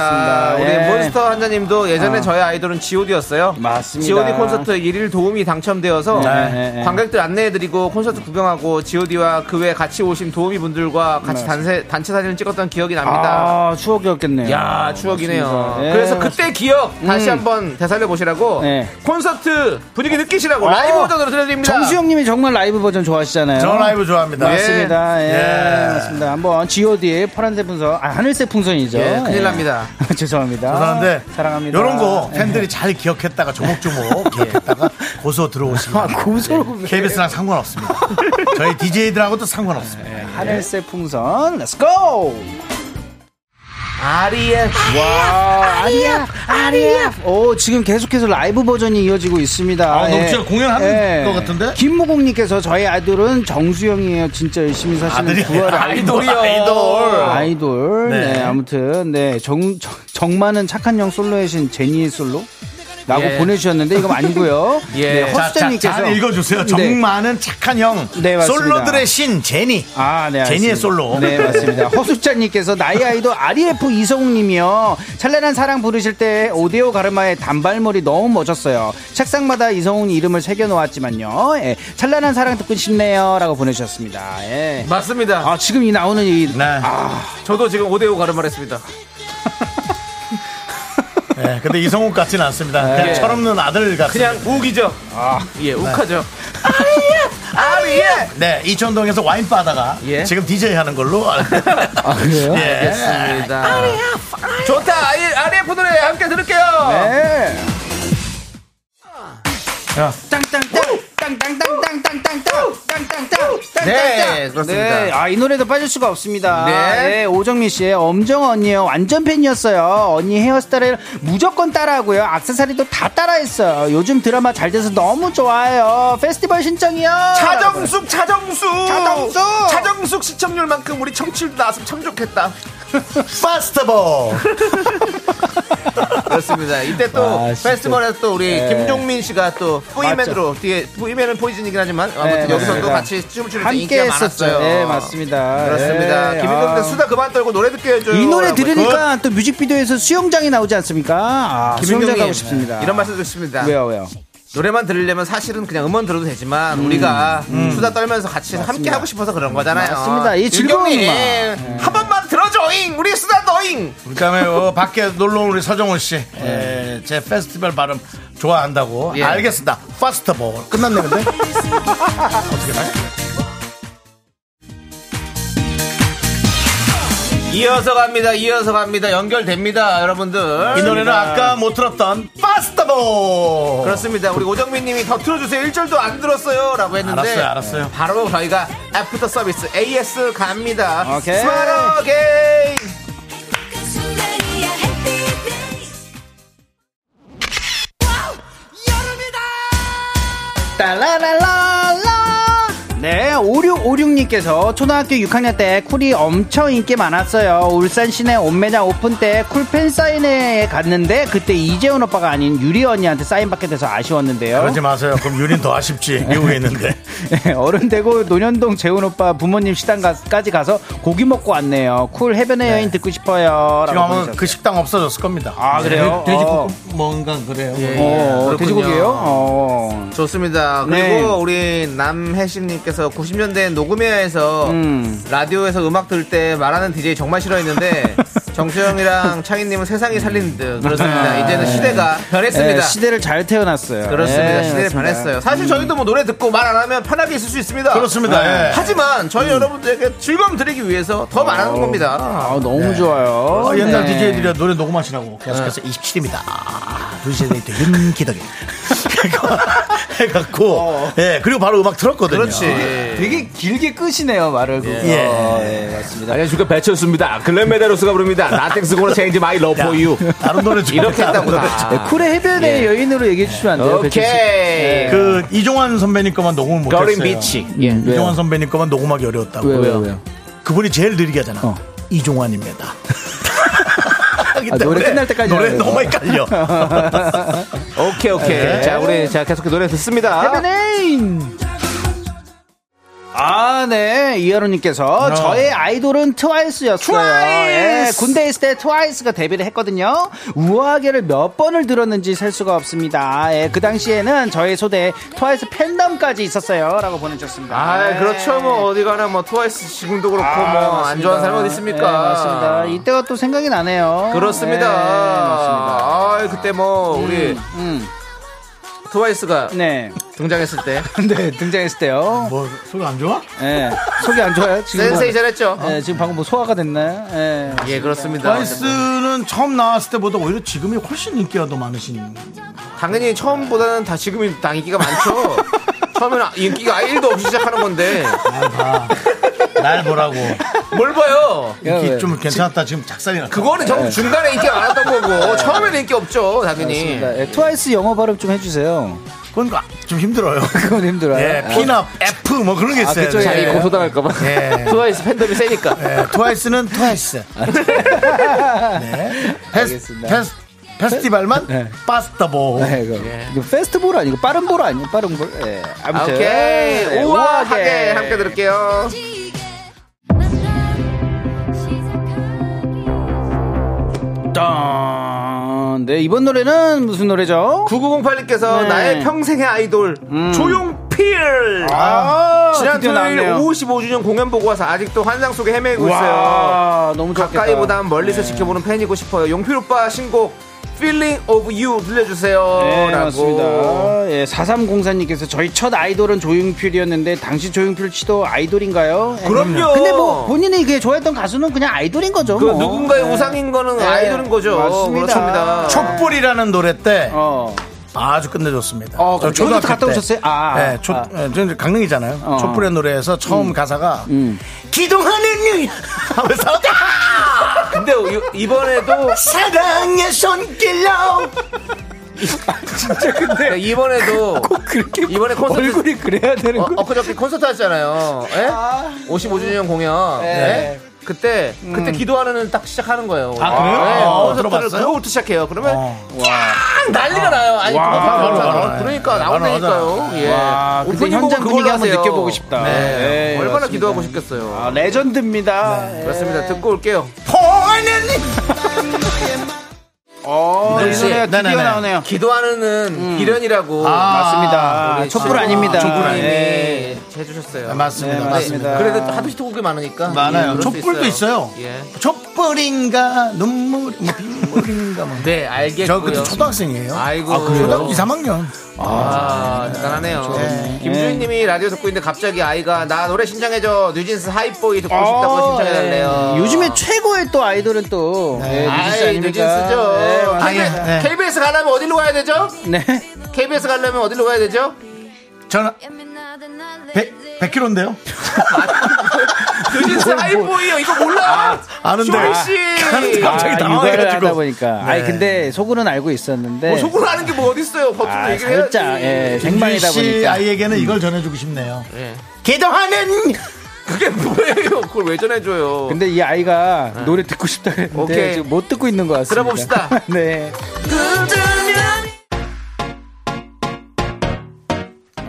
맞습니다. 우리 예. 어. 몬스터 환자님도 예전에 저희 아이돌은 G.O.D였어요. 맞습니다. G.O.D 콘서트 1일 도우미 당첨되어서 네, 네. 관객들 안내해드리고 콘서트 구경하고 G.O.D와 그 외 같이 오신 도우미 분들과 같이 단체 단체 사진을 찍었던 기억이 납니다. 아 추억이었겠네요. 야 추억이네요. 맞습니다. 예, 음. 그래서 그때 기억 다시 한번 되살려 보시라고 네. 콘서트 분위기 느끼시라고 어. 라이브 버전으로 들려드립니다. 정수영님이 정말 라이브 버전 좋아하시잖아요. 저 라이브 좋아합니다. 맞습니다. 예, 예. 맞습니다. 한번 G.O.D의 파란색 풍선, 아, 하늘색 풍선이죠. 예, 큰일 예. 납니다. 죄송합니다. 죄송한데 아, 사랑합니다. 예. 이런 거 예. 팬들이 잘 기억했다가 조목조목 기억했다가 고소 들어오시기 아, 바랍니다. 고소로 KBS랑 상관없습니다. 저희 DJ들하고도 상관없습니다. 예, 하늘색 풍선, 렛츠 고! E 아리엘 와, 아리야, 아리야. E 오, 지금 계속해서 라이브 버전이 이어지고 있습니다. 예. 아, 너무 진짜 공연하는 것 같은데? 김무공님께서 저희 아들은 정수영이에요. 진짜 열심히 사시는 아들이 구월 아이돌이요. 아이돌. 아이돌. 네. 네. 아무튼 네 정, 정 정만은 착한 형 솔로이신 제니의 솔로. 라고 예. 보내주셨는데 이건 아니고요. 예. 네, 자, 자, 허스테님께서 잘 네. 읽어주세요. 정많은 착한 형. 네, 맞습니다. 솔로들의 신 제니. 아, 네. 제니의 알겠습니다. 솔로. 네, 맞습니다. 허수자님께서 나의 아이도 RF 이성욱님이요. 찬란한 사랑 부르실 때 오데오 가르마의 단발머리 너무 멋졌어요. 책상마다 이성욱 이름을 새겨놓았지만요. 예, 찬란한 사랑 듣고 싶네요. 라고 보내주셨습니다. 예. 맞습니다. 아, 지금 이 나오는 이. 네. 아. 저도 지금 5대5 가르마를 했습니다. 네, 근데 이성욱 같진 않습니다. 그냥 철없는 아들 같습니다. 네. 그냥 욱이죠. 아. 예, 욱하죠. 네, 이천동에서 와인 바다가 예. 지금 DJ 하는 걸로. 아, 그래요? 예. 알겠습니다. 좋다. 아이, RF 노래 함께 들을게요. 네. 예. 땅땅땅! 땅땅땅땅땅땅! 땅땅땅! 네, 그렇습니다. 네, 아, 이 노래도 빠질 수가 없습니다. 네. 네. 오정민 씨의 엄정화 언니요. 완전 팬이었어요. 언니 헤어스타일을 무조건 따라하고요. 악세사리도 다 따라했어요. 요즘 드라마 잘 돼서 너무 좋아요. 페스티벌 신청이요. 차정숙, 차정숙. 차정숙! 차정숙 시청률만큼 우리 청취율도 나왔으면 참 좋겠다. 파스트볼. 그렇습니다. 이때 또 아, 진짜. 페스티벌에서 또 우리 네. 김종민 씨가 또 뿌이맨으로 뒤에 뿌이맨은 포이즌이긴 하지만 아무튼 네, 여기서 또 맞습니다. 같이 춤을 추면서 함께 인기가 했었죠. 많았어요. 네, 맞습니다. 그렇습니다. 예, 김인경 씨 아. 수다 그만 떨고 노래 듣게 해줘요. 이 노래 라고 들으니까 또 뮤직비디오에서 수영장이 나오지 않습니까? 아, 했고. 수영장 김인경님, 가고 싶습니다. 이런 말씀 드립니다. 왜요, 왜요? 노래만 들으려면 사실은 그냥 음원 들어도 되지만 우리가 수다 떨면서 같이 함께 하고 싶어서 그런 거잖아요. 음. 맞습니다. 이 즐거움이 윤경님, 막. 한 번만 들어줘잉 우리 수다 너잉. 그다음에 어, 밖에 놀러 온 우리 서정훈 씨, 에, 제 페스티벌 발음 좋아한다고. 예. 알겠습니다. 파스트볼 끝났네 근데. 어떻게 나? 이어서 갑니다. 이어서 갑니다. 연결됩니다, 여러분들. 이 노래는 아까 못 들었던 파스트볼. 그렇습니다. 우리 오정민님이 더 틀어주세요. 1절도 안 들었어요라고 했는데 알았어요, 알았어요. 바로 저희가 애프터 서비스 AS 갑니다. 오케이. 스마트게임. 따라라라라 네, 5656님께서 초등학교 6학년 때 쿨이 엄청 인기 많았어요. 울산 시내 옷매장 오픈 때 쿨팬 사인회에 갔는데 그때 이재훈 오빠가 아닌 유리 언니한테 사인받게 돼서 아쉬웠는데요. 그러지 마세요. 그럼 유린 더 아쉽지. 미국에 있는데. 예, 어른 되고 노년동 재훈 오빠 부모님 식당까지 가서 고기 먹고 왔네요. 쿨 해변의 여인 듣고 싶어요. 지금 아마 라고 그 보내주셨어요. 식당 없어졌을 겁니다. 아, 그래요? 돼지국 뭔가 그래요. 어, 어, 네, 그렇군요. 돼지고기예요 어. 좋습니다. 그리고 네. 우리 남혜신님께서 90년대 녹음회에서 음. 라디오에서 음악 들을 때 말하는 DJ 정말 싫어했는데 정수영이랑 창희님은 세상이 살린 듯 아. 그렇습니다. 이제는 시대가 변했습니다. 네, 예, 시대를 잘 태어났어요. 그렇습니다. 예, 시대를 맞습니다. 변했어요. 사실 저희도 뭐 노래 듣고 말 안 하면 편하게 있을 수 있습니다. 네. 음. 그렇습니다. 예. 하지만 저희 여러분들에게 즐거움 드리기 위해서 더 말하는 겁니다. 아, 너무 좋아요. 어, 옛날 네. DJ들이 노래 녹음하시라고 계속해서 27입니다. 불시데이트 윤기덕이. 해갖고, 예, 그리고 바로 음악 틀었거든요. 그렇지. 예. 되게 길게 끄시네요 말을 그거. 예. 예, 맞습니다. 안녕하십니까 배철수입니다. 글렌메데로스가 부릅니다. 나텍스 고로 체인지 마이 러브 포 유. 다른 노래 중에. 이렇게 했다고 다른 노래 다. 중에. 네, 쿨의 해변의 여인으로 얘기해 주시면 안 돼요? 네. 배철수 오케이. 그, 이종환 선배님 것만 녹음을 못했어요. 그 거린 비치. 씨? 예, 왜요? 이종환 선배님 것만 녹음하기 어려웠다고. 왜요? 왜요? 그분이 제일 느리게 하잖아. 이종환입니다. 그렇기 아, 때문에 노래 끝날 때까지 노래 하는 거야. 너무 헷갈려. 오케이 오케이. 자 우리 자 계속 노래 듣습니다. 헤븐인 아, 네. 이하로님께서 저의 아이돌은 트와이스였어요. 어. 트와이스! 예, 군대에 있을 때 트와이스가 데뷔를 했거든요. 우아하게를 몇 번을 들었는지 셀 수가 없습니다. 예, 그 당시에는 저의 소대에 트와이스 팬덤까지 있었어요. 라고 보내주셨습니다. 아 예. 그렇죠 뭐 어디 가나 뭐 트와이스 지금도 그렇고 뭐 안 좋아하는 네, 사람 어디 있습니까? 예, 맞습니다. 이때가 또 생각이 나네요. 그렇습니다. 예, 맞습니다. 아 그때 뭐 우리 음, 트와이스가 네. 등장했을 때 네, 등장했을 때요. 뭐 소리 안 좋아? 예. 속이 안 좋아요? 지금. 네, 센세이션했죠. 예, 지금 방금 뭐 소화가 됐나요? 예. 어, 예 그렇습니다. 바이스는 처음 나왔을 때보다 오히려 지금이 훨씬 인기가 더 많으신. 당연히 처음보다는 다 지금이 당 인기가 많죠. 처음에는 인기가 1도 없이 시작하는 건데 날 보라고. 뭘 봐요? 이게 좀 괜찮았다. 지금 작살이 났다. 그거는 정 중간에 인기가 많았던 거고 처음에는 인기 없죠 당연히. 맞습니다. 예, 트와이스 영어 발음 좀 해주세요. 그건 좀 힘들어요. 그건 힘들어요. 예, 피나 F 뭐 그런 게 있어요. 그쵸, 자기 예. 고소당할까봐. 예. 트와이스 팬덤이 세니까. 예, 트와이스는 트와이스. 네. 페스, 알겠습니다. 페스, 페스티벌만 네. 파스타보. 예. 네, 이거, 이거 페스트볼 아니고 빠른 볼 아니고 빠른 볼. 예, 아, 아무튼 오케이. 네, 우아하게 함께 들을게요. 짠. 네 이번 노래는 무슨 노래죠? 9908님께서 네. 음. 나의 평생의 아이돌 조용필. 아, 지난 드디어 토요일 나왔네요. 55주년 공연 보고 와서 아직도 환상 속에 헤매고 있어요. 와 너무 좋겠다. 가까이보단 멀리서 지켜보는 팬이고 싶어요. 용필 오빠 신곡 Feeling of You 들려주세요. 네, 라고. 맞습니다. 예, 4304님께서 저희 첫 아이돌은 조용필이었는데 당시 조용필 씨도 아이돌인가요? 예. 그럼요. 근데 뭐 본인이 그 좋아했던 가수는 그냥 아이돌인 거죠. 그 뭐. 누군가의 예. 우상인 거는 네. 아이돌인 거죠. 맞습니다. 그렇습니다. 촛불이라는 노래 때 어. 아주 끝내줬습니다. 어, 저 그럼 저기도 갔다 오셨어요? 아, 아, 네, 초, 아. 예, 저는 이제 강릉이잖아요. 어. 촛불의 노래에서 처음 가사가 기동하는 유 하면서 근데 이- 이번에도 사랑의 손길로 네, 이번에도 그렇게 이번에 콘서트 얼굴이 그래야 되는 어, 거. 엊그저께 콘서트 하잖아요. 예? 55주년 공연. 네. 예? 그때 그때 기도하는 딱 시작하는 거예요. 아, 그래요? 네, 어, 콘서트를 들어봤어요? 그거부터 시작해요. 그러면 어. 쫙 난리가 나요. 아니 그거 바로 바로 바로 바로. 그러니까 바로 나온다니까요. 나오잖아. 예. 와, 그때 오프닝 곡은 현장 분위기 그걸로 한번 하세요. 느껴보고 싶다. 네. 네, 얼마나 맞습니다. 기도하고 싶겠어요. 네. 아, 레전드입니다. 예. 그렇습니다. 듣고 올게요. 어, 이 네. 노래가 드디어 네네네. 나오네요. 기도하는은 비련이라고 아, 맞습니다. 우리 촛불 지- 아닙니다. 촛불아님이 예. 해주셨어요. 네, 맞습니다. 네, 맞습니다. 맞습니다. 네. 그래도 하도시 토곡이 많으니까 많아요. 예, 그럴 수 촛불도 있어요. 예. 촛불인가 눈물 아, 뭐 빗물인가 뭐. 네, 저 알겠고요. 그때 초등학생이에요. 아이고. 아, 그래요? 초등학교 2, 3학년. 아, 대단하네요. 김주인님이 라디오 듣고 있는데 갑자기 아이가 나 노래 신청해줘 뉴진스 하이보이 듣고 싶다고 신청해달래요. 어, 네. 요즘에 최고의 또 아이돌은 또 네. 아이 뉴진스죠. 아니, KBS, 네. KBS 가려면 어디로 가야 되죠? 네. KBS 가려면 어디로 가야 되죠? 저는 100, 100kg인데요. 뉴진스 하이보이요. 이거 몰라? 아는데. 조이 씨. 갑자기 아, 육아를 당황해가지고. 하다 보니까. 아니 근데 속으로는 알고 있었는데. 뭐 네. 속으로 아는 게 뭐 어딨어요. 법으로 아, 얘기를 해야지. 살짝 예, 김준 생방이다 씨 보니까. 아이에게는 이걸 전해주고 싶네요. 예. 기도하는 그게 뭐예요? 그걸 왜 전해줘요? 근데 이 아이가 노래 듣고 싶다 그랬는데 네. 오케이. 지금 못 듣고 있는 것 같습니다. 들어봅시다. 네.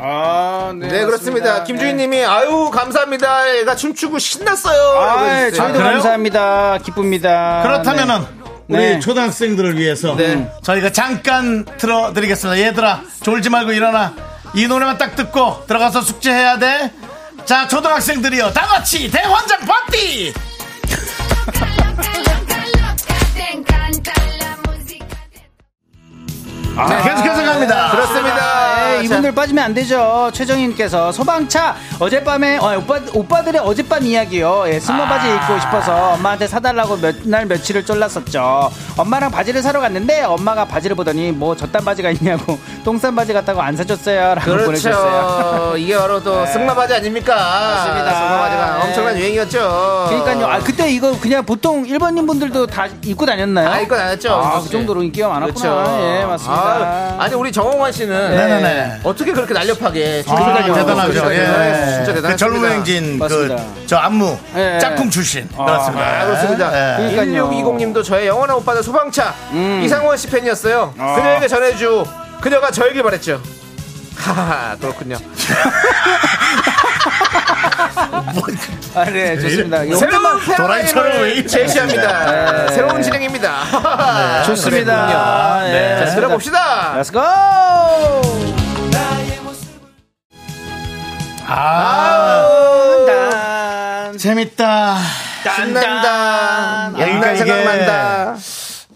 아, 네, 그렇습니다. 김주인님이 아유 감사합니다. 애가 춤추고 신났어요. 라고 아, 해주세요. 저희도 그래요? 감사합니다. 기쁩니다. 그렇다면은 우리 네. 초등학생들을 위해서 음. 네. 저희가 잠깐 틀어드리겠습니다. 얘들아 졸지 말고 일어나. 이 노래만 딱 듣고 들어가서 숙제해야 돼. 자 초등학생들이요 다 같이 대환장 파티. 자, 계속해서 갑니다. 그렇습니다. 네, 이분들 빠지면 안 되죠. 최정인께서 소방차 어젯밤에 어, 오빠 오빠들의 어젯밤 이야기요. 예, 승모 바지 입고 싶어서 엄마한테 사달라고 몇 날 며칠을 쫄랐었죠. 엄마랑 바지를 사러 갔는데 엄마가 바지를 보더니 뭐 저딴 바지가 있냐고 똥싼 바지 같다고 안 사줬어요라고 자, 보내셨어요. 그렇죠. 이게 바로 또 승마바지 아닙니까? 맞습니다. 승마바지가 네. 엄청난 유행이었죠. 그러니까요. 아 그때 이거 그냥 보통 일본인 분들도 다 입고 다녔나요? 그 아, 이건 안 했죠. 그렇죠. 아, 그 정도로 인기가 많았구나. 예, 맞습니다. 아, 니 우리 정홍환 씨는 네네네. 네. 어떻게 그렇게 날렵하게 아, 생각이 대단하죠. 없어서 예. 네, 진짜 그 대단하죠. 젊은 행진 그 맞습니다. 저 안무 예, 예. 짝꿍 출신 그렇습니다. 아, 그렇습니다. 예. 그러니까요. 1620님도 저의 영원한 오빠는 소방차 이상원 씨 팬이었어요. 그녀에게 전해주 그녀가 저에게 말했죠. 하하 그렇군요. 아, 네, 좋습니다. 요- 새로운 도라이처럼 왜 패러다임을 이래. 제시합니다. 네. 새로운 진행입니다. 좋습니다. 그랬군요. 자, 네. 들어봅시다. Let's go! 아, 어, 재밌다. 신난다. 그러니까 옛날 이게 생각난다.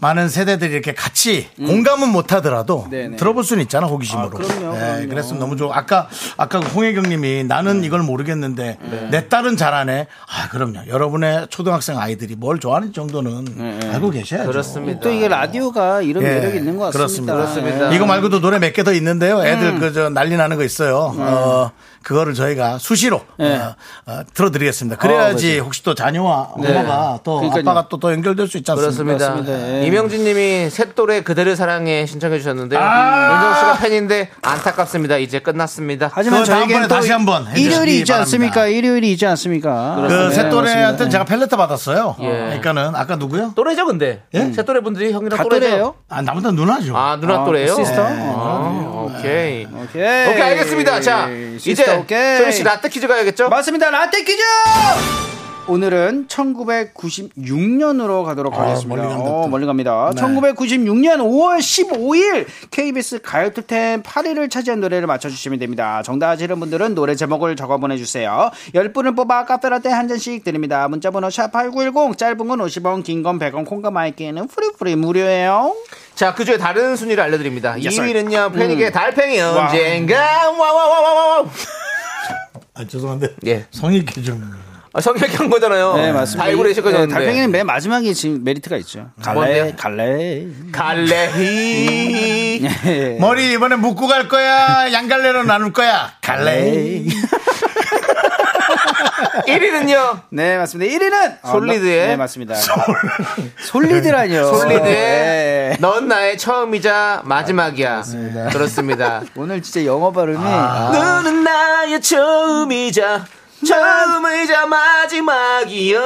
많은 세대들이 이렇게 같이 공감은 음. 못하더라도 네네. 들어볼 수는 있잖아 호기심으로. 그럼요, 그럼요. 래서 너무 좋아. 아까 아까 그 홍혜경님이 나는 음. 이걸 모르겠는데 네. 내 딸은 잘하네. 아 그럼요. 여러분의 초등학생 아이들이 뭘 좋아하는 정도는 알고 계셔야죠. 네, 그렇습니다. 또 이게 라디오가 이런 예, 매력이 있는 것 같습니다. 예. 음. 그렇습니다. 예. 이거 말고도 노래 몇 개 더 있는데요. 애들 그저 난리 나는 거 있어요. 어, 그거를 저희가 수시로 예. 어, 어, 들어드리겠습니다. 그래야지 혹시 또 자녀와 엄마가 또 아, 네. 그러니까요. 아빠가 또, 또 연결될 수 있지 않습니까? 그렇습니다. 맞습니다. 예. 이명진님이 새또래 그대를 사랑해 신청해 주셨는데요. 아! 윤정 씨가 팬인데 안타깝습니다. 이제 끝났습니다. 그거 다음번에 다시 한번 해주시기 일요일이 있지 바랍니다. 않습니까? 일요일이 있지 않습니까? 그 네, 새또래한테 맞습니다. 제가 펠레트 받았어요. 예. 그러니까는 아까 누구요? 또래죠, 근데 새또래 분들이 형이랑 다 예? 또래죠? 또래예요? 아 나보다 누나죠. 아 누나 아, 또래요? 시스터? 아, 오케이. 오케이. 어, 오케이. 알겠습니다. 자 시스터, 이제 오케이. 소리 씨 라떼 퀴즈 가야겠죠? 맞습니다. 라떼 퀴즈! 오늘은 1996년으로 가도록 하겠습니다. 멀리 간다, 어, 또. 멀리 갑니다. 1996년 5월 15일 KBS 가요톱텐 8위를 차지한 노래를 맞춰주시면 됩니다. 정답 아시는 분들은 노래 제목을 적어 보내주세요. 10분을 뽑아 카페라떼 한 잔씩 드립니다. 문자번호 샵8910 짧은 건 50원 긴 건 100원 콩과 마이키는 프리프리 무료예요. 자 그중에 다른 순위를 알려드립니다. Yes, sir. 2위는요 패닉의 달팽이 언젠가 와와와와와 아, 죄송한데 예. 성의 개정. 아, 성격이 한 거잖아요. 네, 맞습니다. 발굴해 주실 네, 거잖아요. 달팽이는 맨 마지막에 지금 메리트가 있죠. 갈래, 뭔데요? 갈래. 네. 네. 갈래히 머리 이번에 묶고 갈 거야. 양갈래로 나눌 거야. 갈래. 네. 1위는요 네 맞습니다. 1위는 솔리드의 네 맞습니다. 솔리드라뇨. 솔리드의 네. 넌 나의 처음이자 마지막이야. 그렇습니다. 오늘 진짜 영어 발음이 아, 너는 나의 처음이자 처음이자 마지막이요.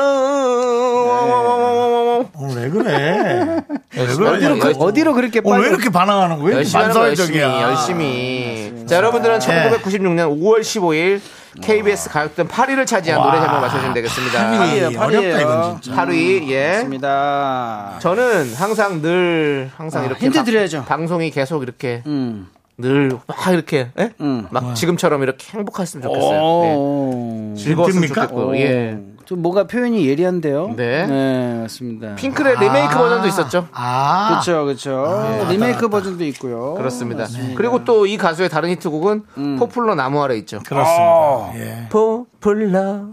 오늘 왜 그래? 왜 열심히 그래? 하는 거예요. 어디로 그렇게 오늘 왜 빨리 이렇게 반항하는 거야? 네. 열심히 하는 거 열심히 반사회적이야. 네. 열심히. 자 여러분들은 1996년 5월 15일 KBS 가요톱 8위를 차지한 노래 제목 맞춰주시면 되겠습니다. 이 어렵다 이건 진짜. 8위 예. 맞습니다. 저는 항상 늘 항상 이렇게 힌트 막 드려야죠. 방송이 계속 이렇게 음. 늘 막 이렇게 예? 막 지금처럼 이렇게 행복했으면 좋겠어요. 오. 예. 즐거웠으면 진짜입니까? 좋겠고 네. 예. 좀 뭐가 표현이 예리한데요. 네. 맞습니다. 핑클의 리메이크 버전도 있었죠. 아, 그렇죠, 그렇죠. 리메이크 버전도 있고요. 그렇습니다. 그리고 또 이 가수의 다른 히트곡은 포플러 나무 아래 있죠. 그렇습니다. 예. 포플러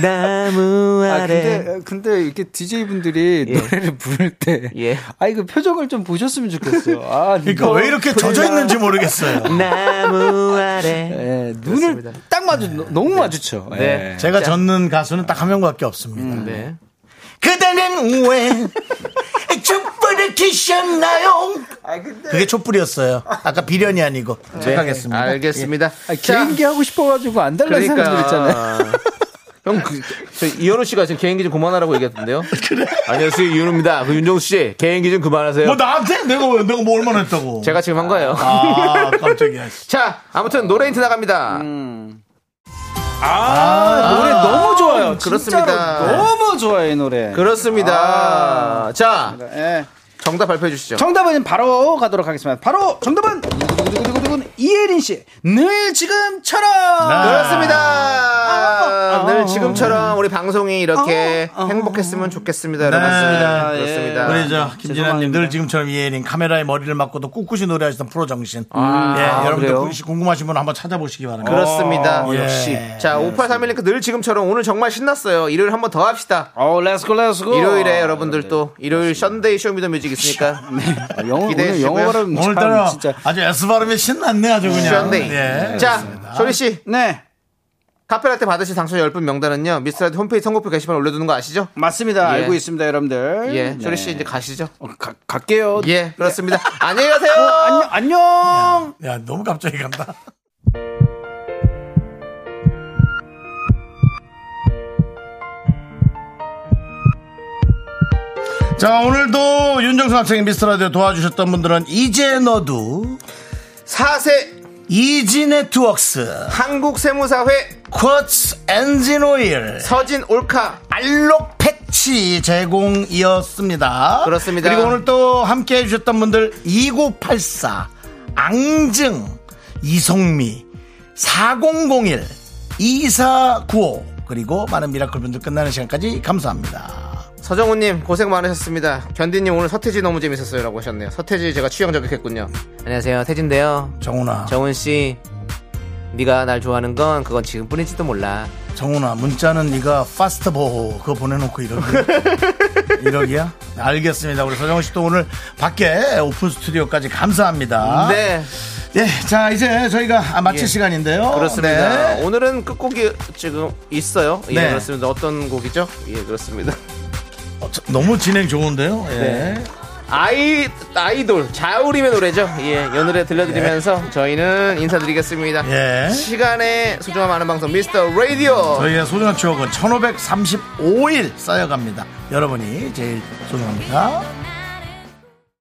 나무 아, 근데, 근데 이렇게 DJ분들이 노래를 부를 때. 예. 아, 이거 표정을 좀 보셨으면 좋겠어요. 아, 그러니까 왜 이렇게 젖어 있는지 모르겠어요. 네. 나무 아래. 예, 눈을 그렇습니다. 딱 마주, 너무 마주쳐. 네. 제가 젖는 가수는 딱 한 명밖에 없습니다. 네. 그대는 왜 촛불을 키셨나요? 그게 촛불이었어요. 아까 비련이 아니고 네. 착각했습니다. 알겠습니다. 아, 개인기 하고 싶어가지고 안 달라는 사람들 있잖아요. 그러니까. 형, 그, 저 이현우 씨가 지금 개인기 좀 그만하라고 얘기했던데요. 그래? 안녕하세요, 이현우입니다. 그 윤정수 씨, 개인기 좀 그만하세요. 뭐 나한테 내가 왜 내가 뭐 얼마나 했다고? 제가 지금 한 거예요. 아 깜짝이야. 자, 아무튼 노래 힌트 나갑니다. 아, 노래 너무 음. 좋아요. 그렇습니다. 진짜로 너무 좋아요, 이 노래. 그렇습니다. 자, 예. 정답 발표해 주시죠. 정답은 바로 가도록 하겠습니다. 바로 정답은 두구두구두구두구 이혜린 씨. 늘 아, 지금처럼. 그렇습니다. 아. 늘 지금처럼 우리 방송이 이렇게 행복했으면 좋겠습니다. 여러분. 맞습니다. 그렇습니다. 예. 우리 저 김진아님 늘 지금처럼 이혜린 카메라에 머리를 맞고도 꿋꿋이 노래하시던 프로정신. 예, 아, 여러분들 그래요? 그렇죠. 혹시 궁금하신 분 한번 찾아보시기 바랍니다. 그렇습니다. 예. 자, 5831님 그 늘 지금처럼 오늘 정말 신났어요. 일요일 한번 더 합시다. 어, 렛츠고, 렛츠고. 일요일에 아, 여러분들 또 네. 일요일 션데이 쇼미더 뮤직 있으니까 아, 영어, 기대해 오늘 영어 주시고요. 발음 참 오늘따라 진짜. 아주 에스 발음이 예, 신났네 아주 그냥. 션데이. 예. 자, 소리 씨 네. 카페라떼 받으신 당첨 10분 명단은요. 미스라디 홈페이지 선곡표 게시판에 올려두는 거 아시죠? 맞습니다. 예. 알고 있습니다, 음. 여러분들. 예. 네. 쇼리 씨 이제 가시죠. 어, 가- 갈게요. 예, 그렇습니다. 안녕히 가세요. 안녕, 안녕. 예. 야, 너무 갑자기 간다. 자, 오늘도 윤정수 학생의 미스터라디오 도와주셨던 분들은 이제 너도, 4세 이지 네트웍스, 한국세무사회 쿼츠 엔진 오일, 서진 올카 알록 패치 제공이었습니다. 그렇습니다. 그리고 오늘 또 함께 해주셨던 분들 2984, 앙증, 이송미, 4001, 2495 그리고 많은 미라클 분들 끝나는 시간까지 감사합니다. 서정우님 고생 많으셨습니다. 견디님 오늘 서태지 너무 재밌었어요라고 하셨네요. 서태지 제가 취향 저격했군요. 안녕하세요 태진데요. 정훈아, 정훈 씨, 네가 날 좋아하는 건 그건 지금뿐인지도 몰라. 정훈아 문자는 네가 파스트 보호 그거 보내놓고 이러기 이러기야? 알겠습니다. 우리 서정훈 씨도 오늘 밖에 오픈 스튜디오까지 감사합니다. 네, 예, 자 이제 저희가 아, 마칠 예. 시간인데요. 그렇습니다. 네. 오늘은 끝곡이 지금 있어요. 예, 네. 그렇습니다. 어떤 곡이죠? 예, 그렇습니다. 어, 저- 너무 진행 좋은데요. 예. 네. 아이 아이돌 자우림의 노래죠. 예, 이 노래 들려드리면서 저희는 인사드리겠습니다. 예. 시간의 소중함 아는 방송 미스터 라디오. 저희의 소중한 추억은 1535일 쌓여갑니다. 여러분이 제일 소중합니다.